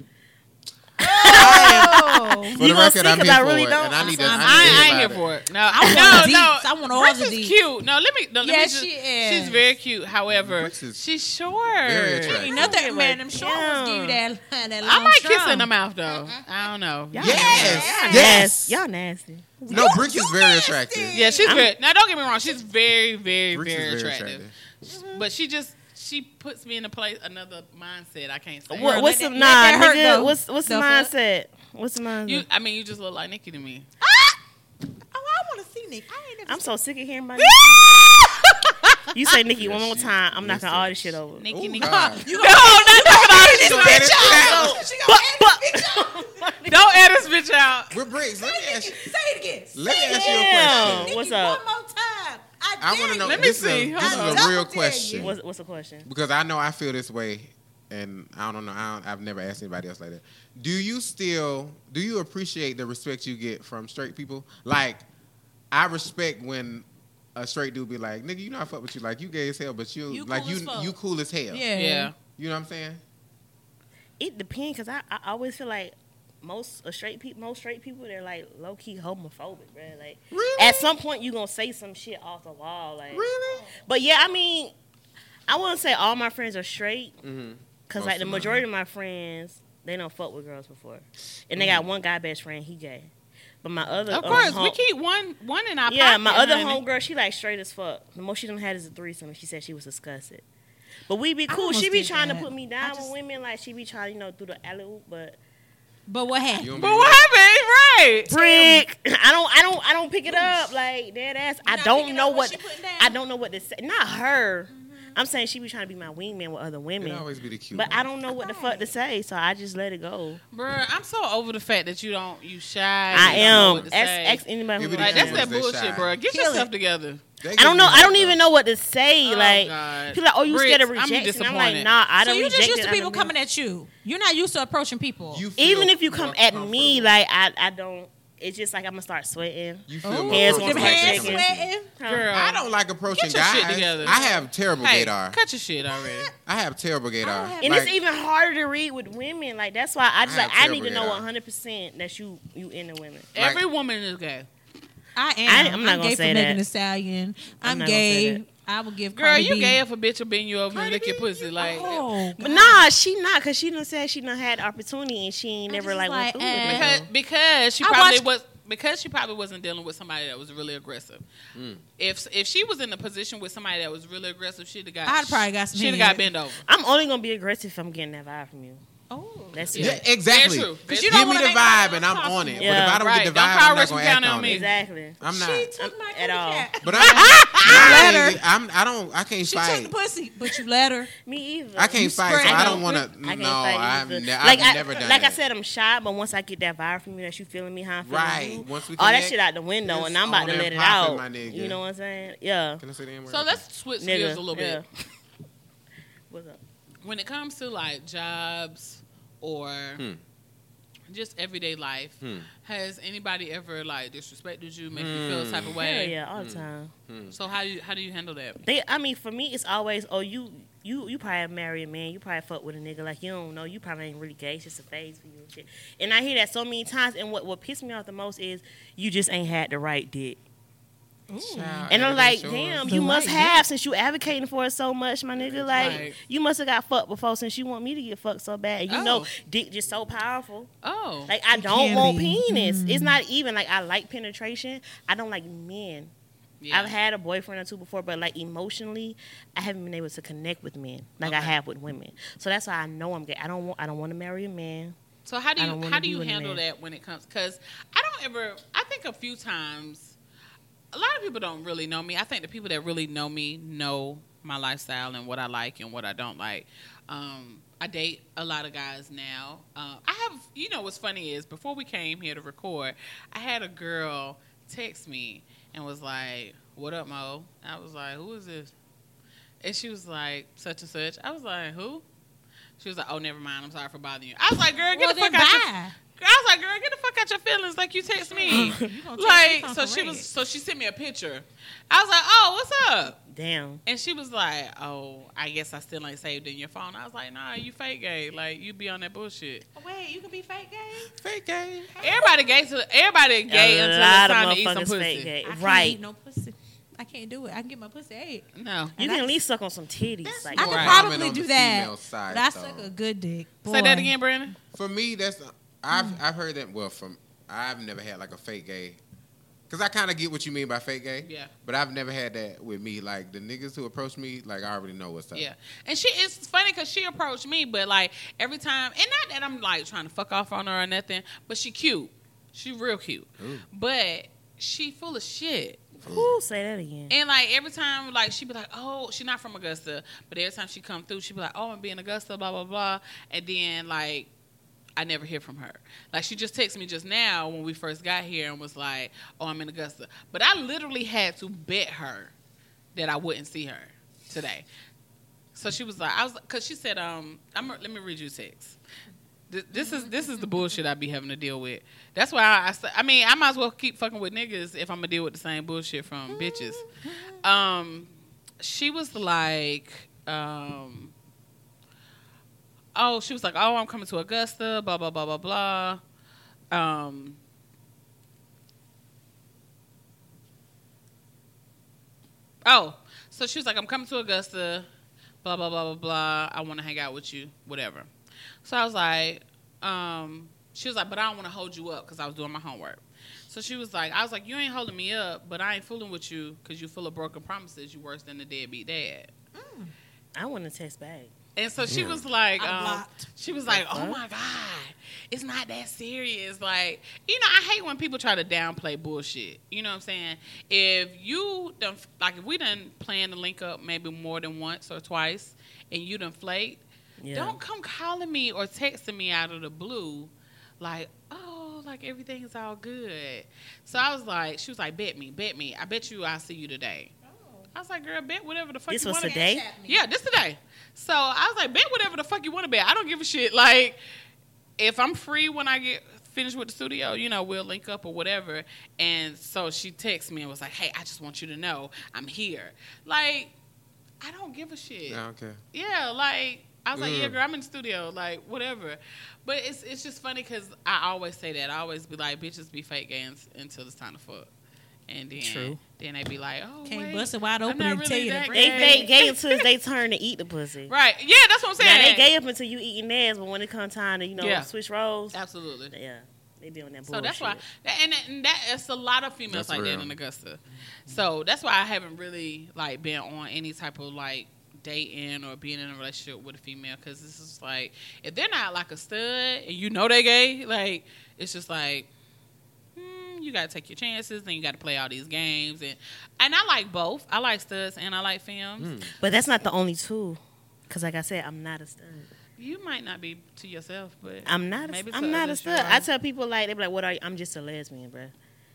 B: Oh.
C: For
D: You
C: the
D: gonna
C: record,
D: see,
C: I'm
D: 'cause
C: here
D: I
C: for
D: really
C: it,
D: don't.
C: and I need to.
B: I'm-
A: I,
C: need
A: I
C: to
A: ain't
C: hear
A: here
C: about
A: for
C: it.
A: it. No,
B: I
A: no,
B: want the
A: no.
B: deets. I want all the
A: Brooks is
B: deets.
A: cute. No, let me. No, let
B: Yeah,
A: me just,
B: she is.
A: She's very cute. However,
C: Brooks is
A: she's short.
C: very attractive.
B: Ain't nothing, man. I'm sure I was give you that, that long
A: I might kiss
B: drum.
A: her in the mouth though. I don't know.
D: Y'all
C: Yes,
D: nasty.
C: yes.
D: Y'all nasty.
C: No, Brooks is very attractive.
A: Yeah, she's
D: I'm-
A: very. Now, don't get me wrong. She's very, very,
C: Brooks is
A: very,
C: very
A: attractive.
B: Mm-hmm.
A: But she just she puts me in a place another mindset. I can't say.
D: What, what's
B: let
D: the nah,
B: that- let that hurt,
D: nigga?
B: though.
D: What's what's the
B: The fuck?
D: mindset? What's the mindset?
A: You, I mean, you just look like Nikki to me.
B: Oh, I want to see Nick. I ain't never
D: I'm so sick of hearing my. you say Nikki one more time. I'm knocking all this shit over.
A: Nikki,
C: Ooh,
A: Nikki.
C: God.
A: Oh, No, not knocking
C: She
A: all
C: gonna
A: this
C: edit
A: bitch
C: that out.
A: out. Don't air this bitch out.
C: With Briggs, let me ask you.
B: Say it again. Say
C: Let me
B: it
C: ask
B: again.
C: you a question.
D: Damn.
B: Nikki,
D: What's up?
B: One more time. I,
C: I want
B: dare
C: to know.
B: you.
A: Let me
C: this
A: see.
C: Is a,
A: Hold
C: this
A: on.
C: is a real
B: Double dare
C: question
B: you.
D: What's what's the question?
C: because I know I feel this way, and I don't know. I don't, I've never asked anybody else like that. Do you still do you appreciate the respect you get from straight people? Like, I respect when a straight dude be like, "Nigga, you know I fuck with you. Like, you gay as hell, but you,
B: You
C: like
B: cool as
C: you
B: fuck."
C: you cool as hell.
B: Yeah.
A: Yeah.
C: You know what I'm saying?
D: It depends, cause I, I always feel like most uh, straight people, most straight people, they're like low key homophobic, bro. Like
C: Really?
D: at some point you gonna say some shit off the wall, like.
C: Really?
D: But yeah, I mean, I wouldn't say all my friends are straight,
C: Mm-hmm.
D: cause
C: Most
D: like the
C: of mine.
D: majority of my friends, they don't fuck with girls before, and they
C: Mm-hmm.
D: got one guy best friend, he gay. But my other
A: Of
D: uh,
A: course, we
D: hom-
A: keep one one in our
D: yeah,
A: pocket,
D: my other
A: honey.
D: homegirl, she like straight as fuck. The most she done had is a threesome, and she said she was disgusted. But we be
B: I
D: cool. She
B: almost
D: be
B: did
D: trying to
B: that.
D: put me
B: I
D: down
B: just-
D: with women, like she be trying, you know, through the alley oop. But
B: But what happened?
C: You don't
A: But
C: be-
A: what happened? Right.
D: brick, I don't, I don't, I don't pick it up like dead ass. I
B: not
D: don't
B: picking
D: know
B: up what
D: what,
B: she putting down?
D: I don't know what to say. Not her. I'm saying she be trying to be my wingman with other
C: It
D: women,
C: always be the cute.
D: but
C: one.
D: I don't know what the fuck to say, so I just let it go.
A: Bruh, I'm so over the fact that you don't you shy.
D: I
A: you don't know
D: am.
A: what to
D: Ask,
A: say.
D: ask anybody. Who
C: Give it
A: Like
D: like,
C: a
A: that's
C: Yeah.
A: that bullshit,
C: They shy.
A: bruh. Get
B: Kill
A: yourself
B: it.
A: together.
C: They
D: I
C: give
D: don't
C: you
D: know. I
C: that,
D: don't even
C: though.
D: know what to say.
A: Oh,
D: like
A: God.
D: people like, oh, you scared of
A: Bricks, I'm
D: rejection? I'm, like,
A: disappointed.
D: nah, I
B: So
D: don't.
B: you just used to
D: rejected, I
B: people
D: done been-
B: coming at you. You're not used to approaching people.
C: You feel
D: even if you
C: more
D: come at me,
C: comfortable.
D: like I, I don't. It's just like I'm gonna start sweating.
C: you
B: Ooh,
C: feel more
D: hands
C: comfortable
B: them
D: start
B: Oh. hands
D: shaking.
B: sweating.
D: Huh?
A: Girl.
C: I don't like approaching
A: Get your shit
C: guys.
A: together.
C: I have terrible
A: Hey,
C: gaydar.
A: cut your shit already.
C: I have terrible gaydar.
D: And
C: Like,
D: it's even harder to read with women. Like that's why I just
C: I
D: like
C: have
D: I need to
C: terrible
D: know
C: hair.
D: 100 percent that you you into women.
C: Like-
A: Every woman is gay.
B: I am.
D: I- I'm not gonna
B: gay
D: say that.
B: for Megan Thee Stallion.
D: I'm
B: I'm,
D: not gonna say
B: gay.
D: that.
B: I will give
A: Girl,
B: Cardi
A: you
B: B.
A: gay if a bitch will bend you over and lick your pussy. like
B: Oh,
D: But nah, she not because she done said she done had opportunity and she ain't
B: I'm
D: never
B: just
D: like,
B: like, eh.
D: went through
A: because
D: with it.
A: because she
B: I
A: probably
B: watched-
A: was because she probably wasn't dealing with somebody that was really aggressive.
C: Mm.
A: If if she was in a position with somebody that was really aggressive, she'd have got
B: I'd probably got some
A: she'd have
B: head.
A: got bent over.
D: I'm only gonna be aggressive if I'm getting that vibe from you.
B: oh.
D: That's
A: Yeah.
D: it.
C: Yeah, exactly.
A: Very true.
C: Give
A: Because
C: me
A: you
C: the
A: don't wanna
B: make no
C: vibe and I'm
B: fuss.
C: on it. But
D: Yeah.
C: if I don't
A: Right.
C: get the
A: Don't
C: vibe,
A: call
C: I'm not
A: Russian
C: gonna
A: County
C: act
A: on
C: on
A: me.
C: it.
D: Exactly.
C: I'm
B: She
C: not.
B: took my
D: At all.
B: kitty cat.
C: But I'm
B: let
C: not.
B: her.
C: I'm. I don't. I can't
B: She took
C: fight.
B: the pussy, but you let her.
D: Me either.
C: I can't fight,
B: spread
C: so I
B: it.
C: don't want to.
D: I
C: No,
D: can't fight
C: I've,
D: either.
C: ne-
D: like
C: I've
D: I,
C: never done
D: Like
C: that.
D: I said, I'm shy, but once I get that vibe from you that you feeling me, how I feel
C: Right.
D: you,
C: Once we
D: all that
C: connect,
D: shit out the window,
C: it's
D: and I'm about
C: on
D: to
C: and
D: let it
C: popping, my
D: out.
C: nigga.
D: You know what I'm saying? Yeah.
C: Can I say the N-word?
A: So let's switch gears
D: Nigga.
A: a little bit.
D: yeah. What's up?
A: when it comes to like jobs or
C: Hmm.
A: just everyday life,
C: Hmm.
A: has anybody ever like disrespected you, make you feel a type of
C: Hmm.
D: Hell
A: way?
D: yeah, all the time.
A: So how you how do you handle that?
D: They, I mean, for me, it's always, oh, you, you, you probably marry a man, you probably fuck with a nigga, like you don't know, you probably ain't really gay, it's just a phase for you and shit. And I hear that so many times, and what what pissed me off the most is you just ain't had the right dick.
C: Child,
D: And I'm like,
C: everything's yours.
D: damn,
B: The
D: you must
B: right
D: have since you advocating for it so much, my nigga. Like,
A: Right.
D: you must have got fucked before since you want me to get fucked so bad. And you
A: Oh.
D: know, dick just so powerful.
A: Oh,
D: Like, I
B: It
D: don't
B: can
D: want
B: be. Mm-hmm.
D: penis. It's not even like I like penetration. I don't like men.
A: yeah.
D: I've had a boyfriend or two before, but like emotionally, I haven't been able to connect with men like I
A: Okay.
D: have with women. So that's why I know I'm gay. I don't want. I don't want to marry a man.
A: So how do
D: I
A: you
D: don't wanna
A: how do
D: be
A: you
D: with a
A: handle
D: man.
A: that when it comes? Because I don't ever. I think a few times, a lot of people don't really know me. I think the people that really know me know my lifestyle and what I like and what I don't like. Um, I date a lot of guys now. Uh, I have. You know what's funny is before we came here to record, I had a girl text me and was like, "What up, Mo?" I was like, "Who is this?" And she was like, "Such and such." I was like, "Who?" She was like, "Oh, never mind. I'm sorry for bothering you." I was like, "Girl, get
B: Well,
A: the fuck
B: then
A: out your
B: bye.
A: I was like, girl, get the fuck out got your feelings like you text me.
B: You gonna text me
A: like so
B: something
A: she was
B: red.
A: so she sent me a picture. I was like, "Oh, what's up?"
D: Damn.
A: And she was like, "Oh, I guess I still ain't saved in your phone." I was like, "Nah, you fake gay. Like you be on that bullshit."
B: Wait, you can be fake gay.
C: Fake game.
A: Everybody gay to everybody gay
D: A
A: until
D: lot
A: it's
D: of
A: time to eat some
D: motherfuckers
A: pussy.
D: fake gay.
B: I can't
D: Right.
B: eat no pussy. I can't do it. I can get my pussy ate.
A: No,
D: You
B: And
D: can
B: I-
D: at least suck on some titties.
C: That's
D: Like,
B: I could
C: Right. Common
B: probably
C: on
B: do
C: the
B: that,
C: female side,
B: but I
C: though.
B: suck a good dick.
A: say that
B: Boy.
A: again, Brandon.
C: For me, that's I've
B: Mm.
C: I've heard that. Well, from I've never had like a fake gay. Cause I kind of get what you mean by fake gay.
A: Yeah.
C: But I've never had that with me. Like the niggas who approach me, like I already know what's up.
A: Yeah, and she it's funny because she approached me, but like every time, and not that I'm like trying to fuck off on her or nothing, but she cute, she real cute,
C: Ooh.
A: but she full of shit.
D: who say that again?
A: And like every time, like she be like, oh, she not from Augusta, but every time she come through, she be like, oh, I'm being Augusta, blah blah blah, and then like. I never hear from her. Like she just texted me just now when we first got here and was like, "Oh, I'm in Augusta," but I literally had to bet her that I wouldn't see her today. So she was like, I was because she said, um, I'm, let me read you a text. Th- This is this is the bullshit I be having to deal with. That's why I, I s- I mean I might as well keep fucking with niggas if I'm gonna deal with the same bullshit from bitches. Um, she was like, um, oh, she was like, oh, I'm coming to Augusta, blah blah blah blah blah. Um, oh, so she was like, I'm coming to Augusta, blah blah blah blah blah. I want to hang out with you, whatever. So I was like, um, she was like, but I don't want to hold you up because I was doing my homework. So she was like, I was like, you ain't holding me up, but I ain't fooling with you because you full of broken promises. You worse than the deadbeat dad.
D: I want to text back.
A: And so she was like,
B: I
A: um,
B: blocked.
A: she was like, oh
D: fuck?
A: my God, it's not that serious. Like, you know, I hate when people try to downplay bullshit. You know what I'm saying? If you done, like, if we done plan to link up maybe more than once or twice and you done flaked,
D: Yeah.
A: don't come calling me or texting me out of the blue, like, oh, like everything's all good. So I was like, she was like, bet me, bet me. I bet you I'll see you today. I was like, girl, bet whatever the fuck
D: This
A: you
D: was
A: want to
D: today?
A: yeah, this today. So I was like, bet whatever the fuck you want to bet. I don't give a shit. Like, if I'm free when I get finished with the studio, you know, we'll link up or whatever. And so she texted me and was like, hey, I just want you to know I'm here. Like, I don't give a shit.
C: Yeah, okay.
A: Yeah, like I was like, yeah,
C: Mm.
A: girl, I'm in the studio, like whatever. But it's it's just funny because I always say that. I always be like, bitches be fake games until it's time to fuck, and then
D: True.
A: then they be like, oh,
B: Can't
A: wait,
B: bust it wide open
A: not
B: and tell you
A: that
B: the
A: gay.
D: They
A: Yeah.
D: fake gay until it's they turn to eat the pussy.
A: Right? Yeah, that's what I'm
D: Now
A: saying.
D: they gay up until you eating theirs, but when it comes time to you know
A: Yeah.
D: switch roles,
A: Absolutely.
D: yeah, they be on that bullshit.
A: So that's why, that- and, and that it's a lot of females
C: That's
A: like
C: real.
A: that in Augusta. So that's why I haven't really like been on any type of like dating or being in a relationship with a female because this is like if they're not like a stud and you know they gay, like it's just like. hmm, You gotta take your chances, and you gotta play all these games, and and I like both. I like studs and I like films.
C: Hmm.
D: But that's not the only tool. Cause like I said, I'm not a stud.
A: You might not be to yourself, but
D: I'm not. A,
A: Maybe to
D: I'm not a
A: others you
D: stud.
A: are.
D: I tell people like they be like, "What are you?" I'm just a lesbian, bruh.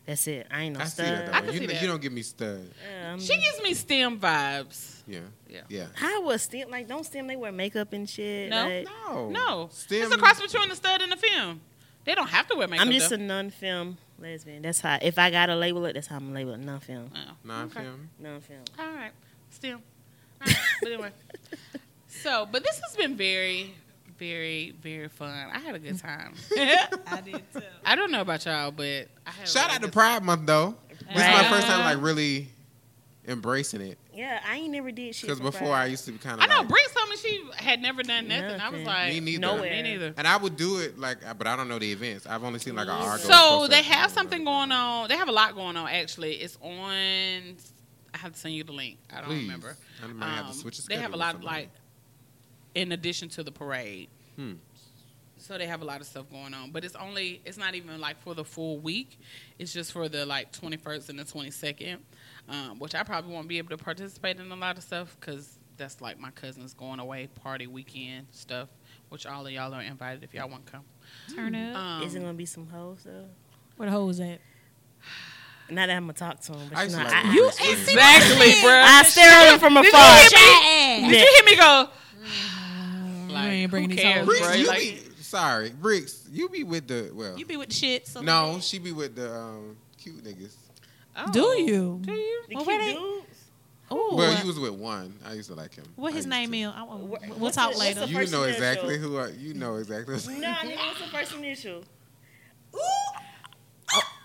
D: That's it. I ain't no
C: I see
D: stud.
C: that
A: I
C: though.
A: can
C: you,
A: see that.
C: you don't give me stud.
D: Yeah, I'm-
A: she gives me STEM vibes.
C: Yeah.
A: Yeah.
C: Yeah.
D: I was stem like don't stem. They wear makeup and shit.
A: No.
D: like-
C: No.
A: No,
C: STEM.
A: it's a cross between the stud and the film. They don't have to wear makeup.
D: I'm just
A: though.
D: a non-film lesbian. That's how. If I gotta label it, that's how I'm gonna label it. Non-film.
A: Oh,
C: Nah,
A: okay.
C: fam.
D: Non-film.
A: All right, still. All right. but anyway, so but this has been very, very, very fun. I had a good time.
B: I did too.
A: I don't know about y'all, but I had a
C: Shout
A: really
C: out to
A: good-
C: Pride Month though. This is my
D: Right.
C: first time like
A: Uh-huh.
C: really embracing it
D: Yeah, I ain't never did shit.
C: because
D: for
C: before I
D: Pride.
C: used to be kind
A: I
C: of.
A: know Bree told me she had never done nothing. I was
D: Nothing.
A: like,
C: Me neither.
A: Me
D: Nowhere.
A: neither.
C: And I would do it like, but I don't know the events. I've only seen like an Argo.
A: So they have something going on. They have a lot going on actually. It's on. I have to send you the link. I don't
C: Please.
A: remember.
C: I might have to
A: Um,
C: switch the
A: They have a
C: schedule
A: lot
C: with
A: like, in addition to the parade.
C: Hmm.
A: So they have a lot of stuff going on, but it's only it's not even like for the full week. It's just for the like 21st and the 22nd, um, which I probably won't be able to participate in a lot of stuff because that's like my cousin's going away party weekend stuff, which all of y'all are invited if y'all want to come.
B: Turn up.
A: Um,
D: Is it gonna be some hoes though?
B: Where the hoes at?
D: Not that I'm gonna talk to him, but
C: I
D: you
C: used
D: know,
C: to
D: I,
C: like
D: I,
C: Christmas.
A: exactly, bruh.
D: I stare at him from afar.
A: Did you hear me go?
B: You ain't bringing
A: who
B: these
A: cares,
B: hoes.
C: Reese,
A: bruh?
C: you
A: Like-
C: be sorry, Bricks. You be with the well.
B: You be with the shit. So
C: no, she be with the um, cute niggas.
A: Oh.
B: Do you?
A: Do you?
D: The
B: Well,
D: cute
B: where they-
D: dudes.
B: Oh,
C: well, you was with one. I used to like him.
B: what
C: I
B: his
C: used
B: name
C: to.
B: is? I, we'll,
D: Wh-
B: we'll
D: what's
B: talk
D: his- what's
B: later.
D: the
C: You
D: first
C: know
D: initial?
C: exactly who. I, you know exactly.
D: No, nigga, what's the first initial? Oh,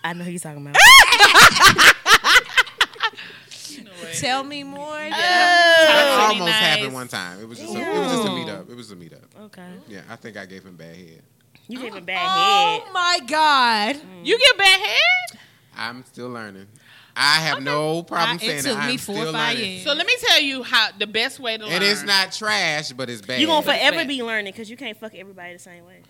D: I know who you talking about.
B: Tell me more. Oh
C: That
A: That's
C: almost
A: really nice.
C: happened one time. It was just a, it was just a meetup. It was a meetup.
D: okay.
C: Yeah, I think I gave him bad head.
D: You gave a bad
B: Oh
D: head.
B: my God.
A: You get bad head?
C: I'm still learning. I have no problem
B: I- it
C: saying
B: took
C: that.
B: me
C: I'm
B: four or
C: still
B: five
C: learning.
B: years.
A: So let me tell you how the best way to learn.
C: And it's not trash, but it's bad.
D: You gonna
A: But it's
D: forever
A: bad.
D: be learning because you can't fuck everybody the same way.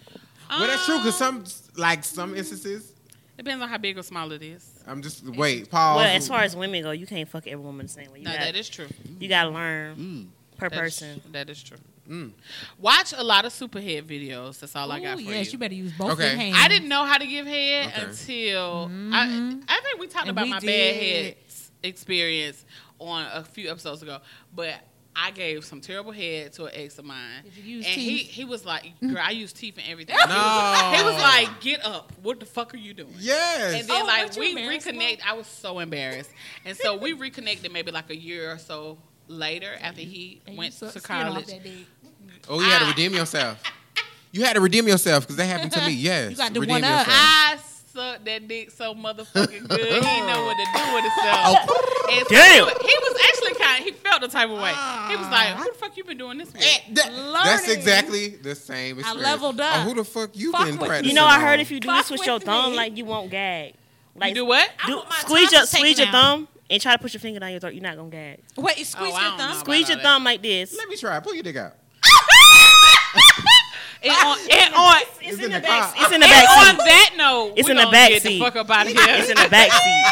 C: well, that's true because
A: Um,
C: some like some instances.
A: depends on how big or small it is.
C: I'm just wait pause.
D: Well, as far as women go, you can't fuck every woman the same way. You,
A: No,
D: gotta,
A: that is true.
D: you gotta learn per
A: That is-
D: person.
A: That is true.
C: Mm.
A: Watch a lot of superhead videos. That's all I got for
B: yes,
A: you.
B: you better use both
C: Okay.
B: your hands.
A: I didn't know how to give head
C: Okay.
A: until
B: Mhm.
A: I. I think we talked
B: And
A: about
B: we
A: my
B: did.
A: bad head s- experience on a few episodes ago, but I gave some terrible head to an ex of mine.
B: Did you use
A: and he,
B: teeth?
A: he was like, girl, I use teeth and everything. He, was, he was
C: No.
A: like, get up. What the fuck are you doing?
C: yes,
A: And then
B: Oh,
A: like
B: weren't you
A: we
B: embarrassed, Mom?
A: reconnect. I was so embarrassed, and so we reconnected maybe like a year or so later after he
B: And you
A: went
B: suck
A: to
B: skin off
A: college.
B: that dick.
C: oh, you had to
A: I-
C: redeem yourself. You had to redeem yourself because that happened to me. Yes,
B: You got to
C: redeem
B: one up.
C: yourself.
A: I sucked that dick so motherfucking good. he didn't know what to do with himself.
C: Oh,
A: And so
D: Damn. Ah.
A: He, he was actually kind. He felt the type of way. He was like, "Who the fuck you been doing this with?"
C: eh, that- that's
B: Learning.
C: exactly the same. Experience.
B: leveled up.
C: Oh, who the fuck you
B: Fuck
C: been
B: with me.
C: practicing?
D: You know, I heard
C: on?
D: if you do
B: Fuck
D: this with your
B: with
D: thumb,
B: me.
D: like you won't gag.
A: you
D: Like
A: do what?
B: I
D: do,
B: want my
D: squeeze your
B: tonsils
D: squeeze your
B: taken out.
D: thumb and try to put your finger down your throat. You're not gonna gag.
B: Wait, you squeeze
A: Oh, I
B: your
A: don't
B: thumb.
A: know.
D: Squeeze
A: about
D: your
A: that.
D: thumb like this.
C: Let me try. Pull your dick out.
A: And on, and on,
D: It's
C: It's
D: in
C: in
D: the
C: the car.
D: back. It's in the
A: and
D: back
A: on
D: seat.
A: that note,
D: It's
A: we
D: in the
A: gonna
D: back
A: get
D: seat.
A: the fuck up out of here.
D: It's in the back seat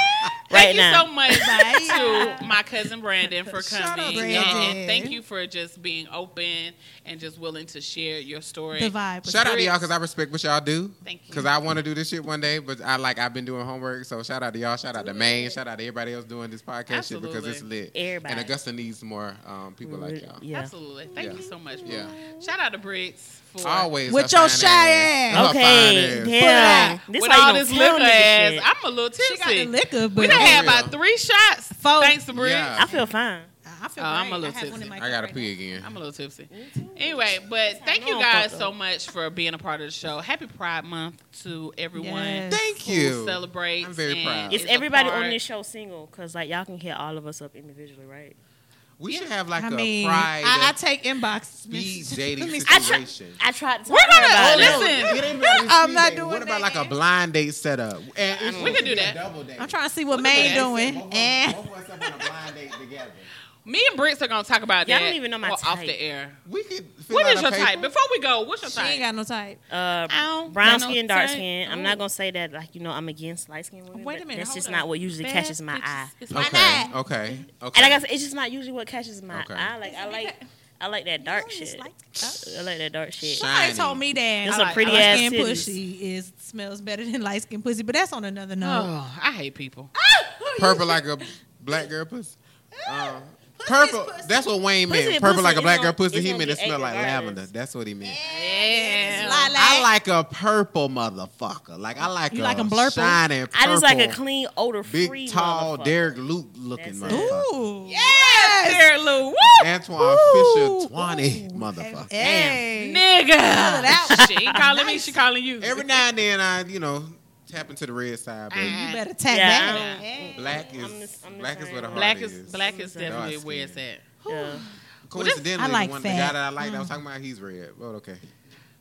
A: thank
D: right now.
A: you so much to my cousin Brandon for
B: Shout out
A: coming. and,
B: Brandon.
A: and thank you for just being open and just willing to share your story.
B: The vibe. was
C: Shout out to
A: Bricks.
C: y'all because I respect what y'all do.
A: Thank you.
C: Because I want to do this shit one day, but I like I've been doing homework. So shout out to y'all. Shout out to Maine. Shout out to everybody else doing this podcast shit because it's
A: Absolutely.
C: lit.
D: Everybody.
C: And Augusta needs more um, people like y'all.
D: Yeah.
A: Absolutely. Thank
C: Yeah.
A: you so much.
C: Yeah.
A: Shout out to Brits for
C: Always
B: With
C: her
B: your
C: fine
B: shy ass.
C: Her
D: Okay.
C: fine ass.
D: Damn. This
A: with
D: how you
A: all
D: gonna
A: this
D: tell
A: liquor
D: niggas
A: ass.
D: shit.
A: I'm a little tipsy.
B: She got the liquor, but
A: we done had
C: Yeah.
A: about three shots.
B: Four.
A: Thanks to Brits.
C: Yeah.
D: I feel fine.
B: I feel
A: Oh, I'm
B: great.
A: a little
B: I have one in
A: tipsy.
B: my
C: I gotta
B: cup right
C: pee again.
A: I'm a little tipsy. Anyway, but thank you
D: No,
A: guys
D: fuck
A: so
D: up.
A: much for being a part of the show. Happy Pride Month to everyone.
B: Yes.
C: Thank
A: who
C: you.
A: Celebrates.
C: I'm very
A: and
C: proud.
D: Is
A: is a
D: everybody
A: part-
D: on this show single? Cause like y'all can hit all of us up individually, right?
C: We should have like
B: I
C: a
B: mean,
C: pride
B: I, I take inbox.
C: speed
B: messages. Let me
C: dating
B: see.
D: I try-
C: situation.
D: I tried. To
A: We're
D: talk to her
A: gonna-
D: about it.
A: listen.
C: It ain't about a
B: I'm
C: speed
B: not
C: date.
B: doing
C: What about
B: that.
C: like a blind date setup? And it's-
A: We could do
C: it
A: that.
C: be a double date.
B: I'm trying to see what
A: Look at
B: Maine
A: that.
B: doing. And
C: Both of us up on a blind date together.
A: Me and Brits are gonna talk about
D: Y'all
A: that.
D: don't even know my
A: or off
D: type.
A: the air.
C: We could. fill
A: What
C: out
A: is
C: a
A: your
C: paper.
A: type? Before we go, what's your
B: she ain't
A: type?
B: got no type.
D: Uh,
A: don't
D: brown
A: got no
D: skin, dark
A: type.
D: skin. I'm not gonna say that like you know I'm against light skin women.
B: Wait a
D: but
B: minute,
D: That's just
B: hold
D: not
B: up.
D: what usually
A: Bad
D: catches my
A: bitches.
D: eye.
A: It's my
C: Okay. Okay. Okay.
D: And like I said, it's just not usually what catches my
C: Okay.
D: eye. Like I like, I like that dark
B: You know, it's
D: shit.
B: like-
D: I like that dark shit.
B: Somebody
C: Shiny.
B: told me that
D: It's
A: a pretty
B: light
D: ass
B: skin
D: titties.
B: pussy is smells better than light skin pussy, but that's on another note.
A: Oh, I hate people.
C: purple like a black girl pussy. Uh, purple.
B: pussy.
C: That's what Wayne meant.
D: Pussy is
C: purple
D: pussy.
C: like a
D: It's
C: black
D: gonna-
C: girl pussy.
D: it's
C: He
D: gonna
C: meant it
D: get
C: smell like
D: angry regardless.
C: lavender. That's what he meant.
A: Oh, Yeah.
B: Lilac.
C: I like a purple motherfucker. Like I like
B: You
C: a
B: like 'em blurple?
C: shining purple.
D: I just like a clean, odor free,
C: big, tall Derek Luke looking
D: That's it.
C: motherfucker.
B: Ooh.
A: Yes, Sarah Lou. Woo!
C: Antoine
B: Ooh.
C: Fisher Twanny motherfucker.
B: Hey.
A: Nigga. she ain't calling me, she calling you.
C: Every now and then I, you know, tap into the red side, but
A: Ah.
B: You better tap
D: Yeah,
B: back.
D: I don't-
B: Hey.
C: black is
D: I'm the- I'm the
C: black is where the
D: same.
C: heart
A: black
C: is.
A: is, black is
D: Dark
A: definitely
C: skin.
A: where it's at.
D: Yeah.
C: Coincidentally,
B: I like
C: the, one, the
B: fat. Mm.
C: guy that I like, that I was talking about, he's red. But okay.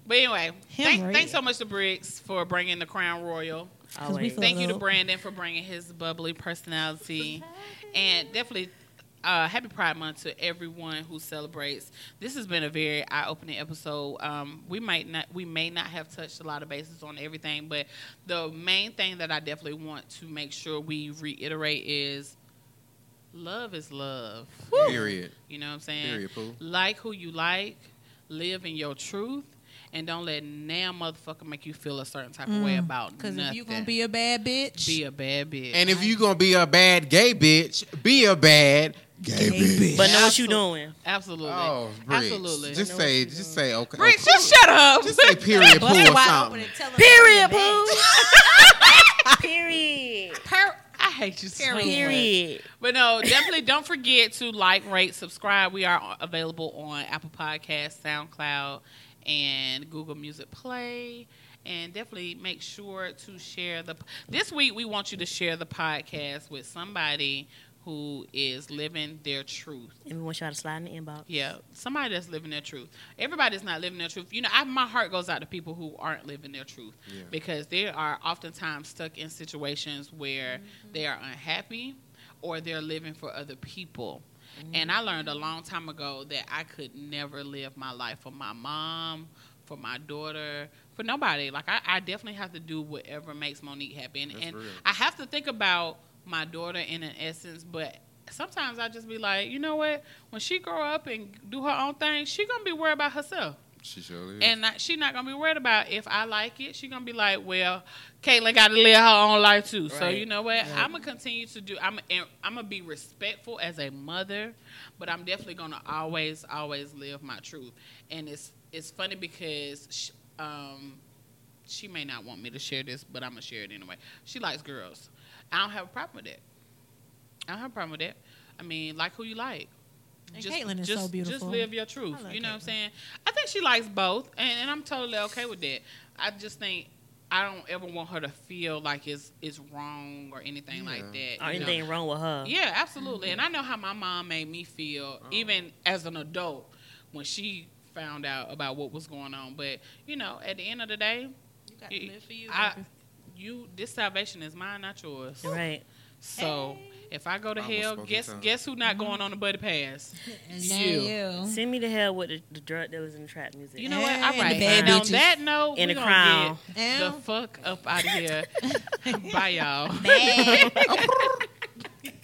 A: But anyway,
B: Him
A: thank,
B: red.
A: thanks so much to Briggs for bringing the crown royal.
D: Always.
B: feel-
A: Thank you to
B: Hello.
A: Brandon for bringing his bubbly personality, and definitely uh, happy Pride Month to everyone who celebrates. This has been a very eye-opening episode. Um, we might not, we may not have touched a lot of bases on everything, but the main thing that I definitely want to make sure we reiterate is love is love.
C: Period.
A: You know what I'm saying?
C: Period, Pooh.
A: Like who you like, live in your truth, and don't let damn motherfucker make you feel a certain type of way about
B: Because
A: nothing.
B: Mm. if you gonna be a bad bitch,
A: Be a bad bitch.
C: And if you gonna be a bad gay bitch, be a bad gay, bitch.
D: But know what you doing.
A: absolutely,
C: oh, Bricks,
A: absolutely.
C: Just
D: I know
C: say,
D: what you're
C: just say okay.
A: Bricks,
C: okay.
A: just shut up.
C: Just say period poo
B: bust it
C: or
B: wide
C: something.
B: open and tell her
D: Period,
B: you're a
D: boo.
B: bitch.
D: Period.
A: Per- I hate you so much.
D: Period.
A: But no, definitely don't forget to like, rate, subscribe. We are available on Apple Podcasts, SoundCloud, and Google Music Play. And definitely make sure to share the. This week, we want you to share the podcast with somebody who is living their truth.
D: And we want y'all to slide in the inbox.
A: Yeah, somebody that's living their truth. Everybody's not living their truth. You know, I, my heart goes out to people who aren't living their truth
C: Yeah.
A: because they are oftentimes stuck in situations where they are unhappy or they're living for other people. And
C: Mm-hmm.
A: I learned a long time ago that I could never live my life for my mom, for my daughter, for nobody. Like, I, I definitely have to do whatever makes Monique happy. And,
C: That's
A: and
C: real.
A: I have to think about my daughter in an essence, but sometimes I just be like, you know what? When she grow up and do her own thing, she gonna be worried about herself,
C: She sure
D: Mm-hmm.
C: is.
A: and not, she not gonna be worried about if I like it. She gonna be like, well, Caitlyn got to live her own life too. So
D: Right.
A: you know what? I'm gonna continue to do. I'm and I'm gonna be respectful as a mother, but I'm definitely gonna always always live my truth. And it's it's funny because. She, um, she may not want me to share this, but I'm gonna share it anyway. She likes girls. I don't have a problem with that. I don't have a problem with that. I mean, like who you like.
B: And Caitlyn is so
A: just, Just
B: beautiful.
A: live your truth.
B: I love
A: You know what I'm
B: Caitlyn.
A: saying? I think she likes both, and, and I'm totally okay with that. I just think I don't ever want her to feel like it's it's wrong or anything like that.
D: Or
A: you know?
D: anything wrong with her.
A: Yeah, absolutely. And I know how my mom made me feel,
B: Uh-huh.
A: even as an adult, when she found out about what was going on. But you know, at the end of the day,
B: You got to live for you.
A: I, you, this salvation is mine, not yours.
D: Right.
A: So if I go to
C: I almost
A: hell,
C: spoke in
A: guess
C: tongues.
A: guess who
B: Mm-hmm.
A: not going on the buddy pass?
B: and
A: you.
D: Send me to hell with the, the drug dealers and the trap music.
A: Mm. You know what? All
B: And the
A: right.
B: bad
A: And on
B: bitches.
A: that note,
D: And
A: we
D: the
A: gonna
D: crown.
A: get the
B: And
A: fuck up out of here. Bye, y'all.
B: bad.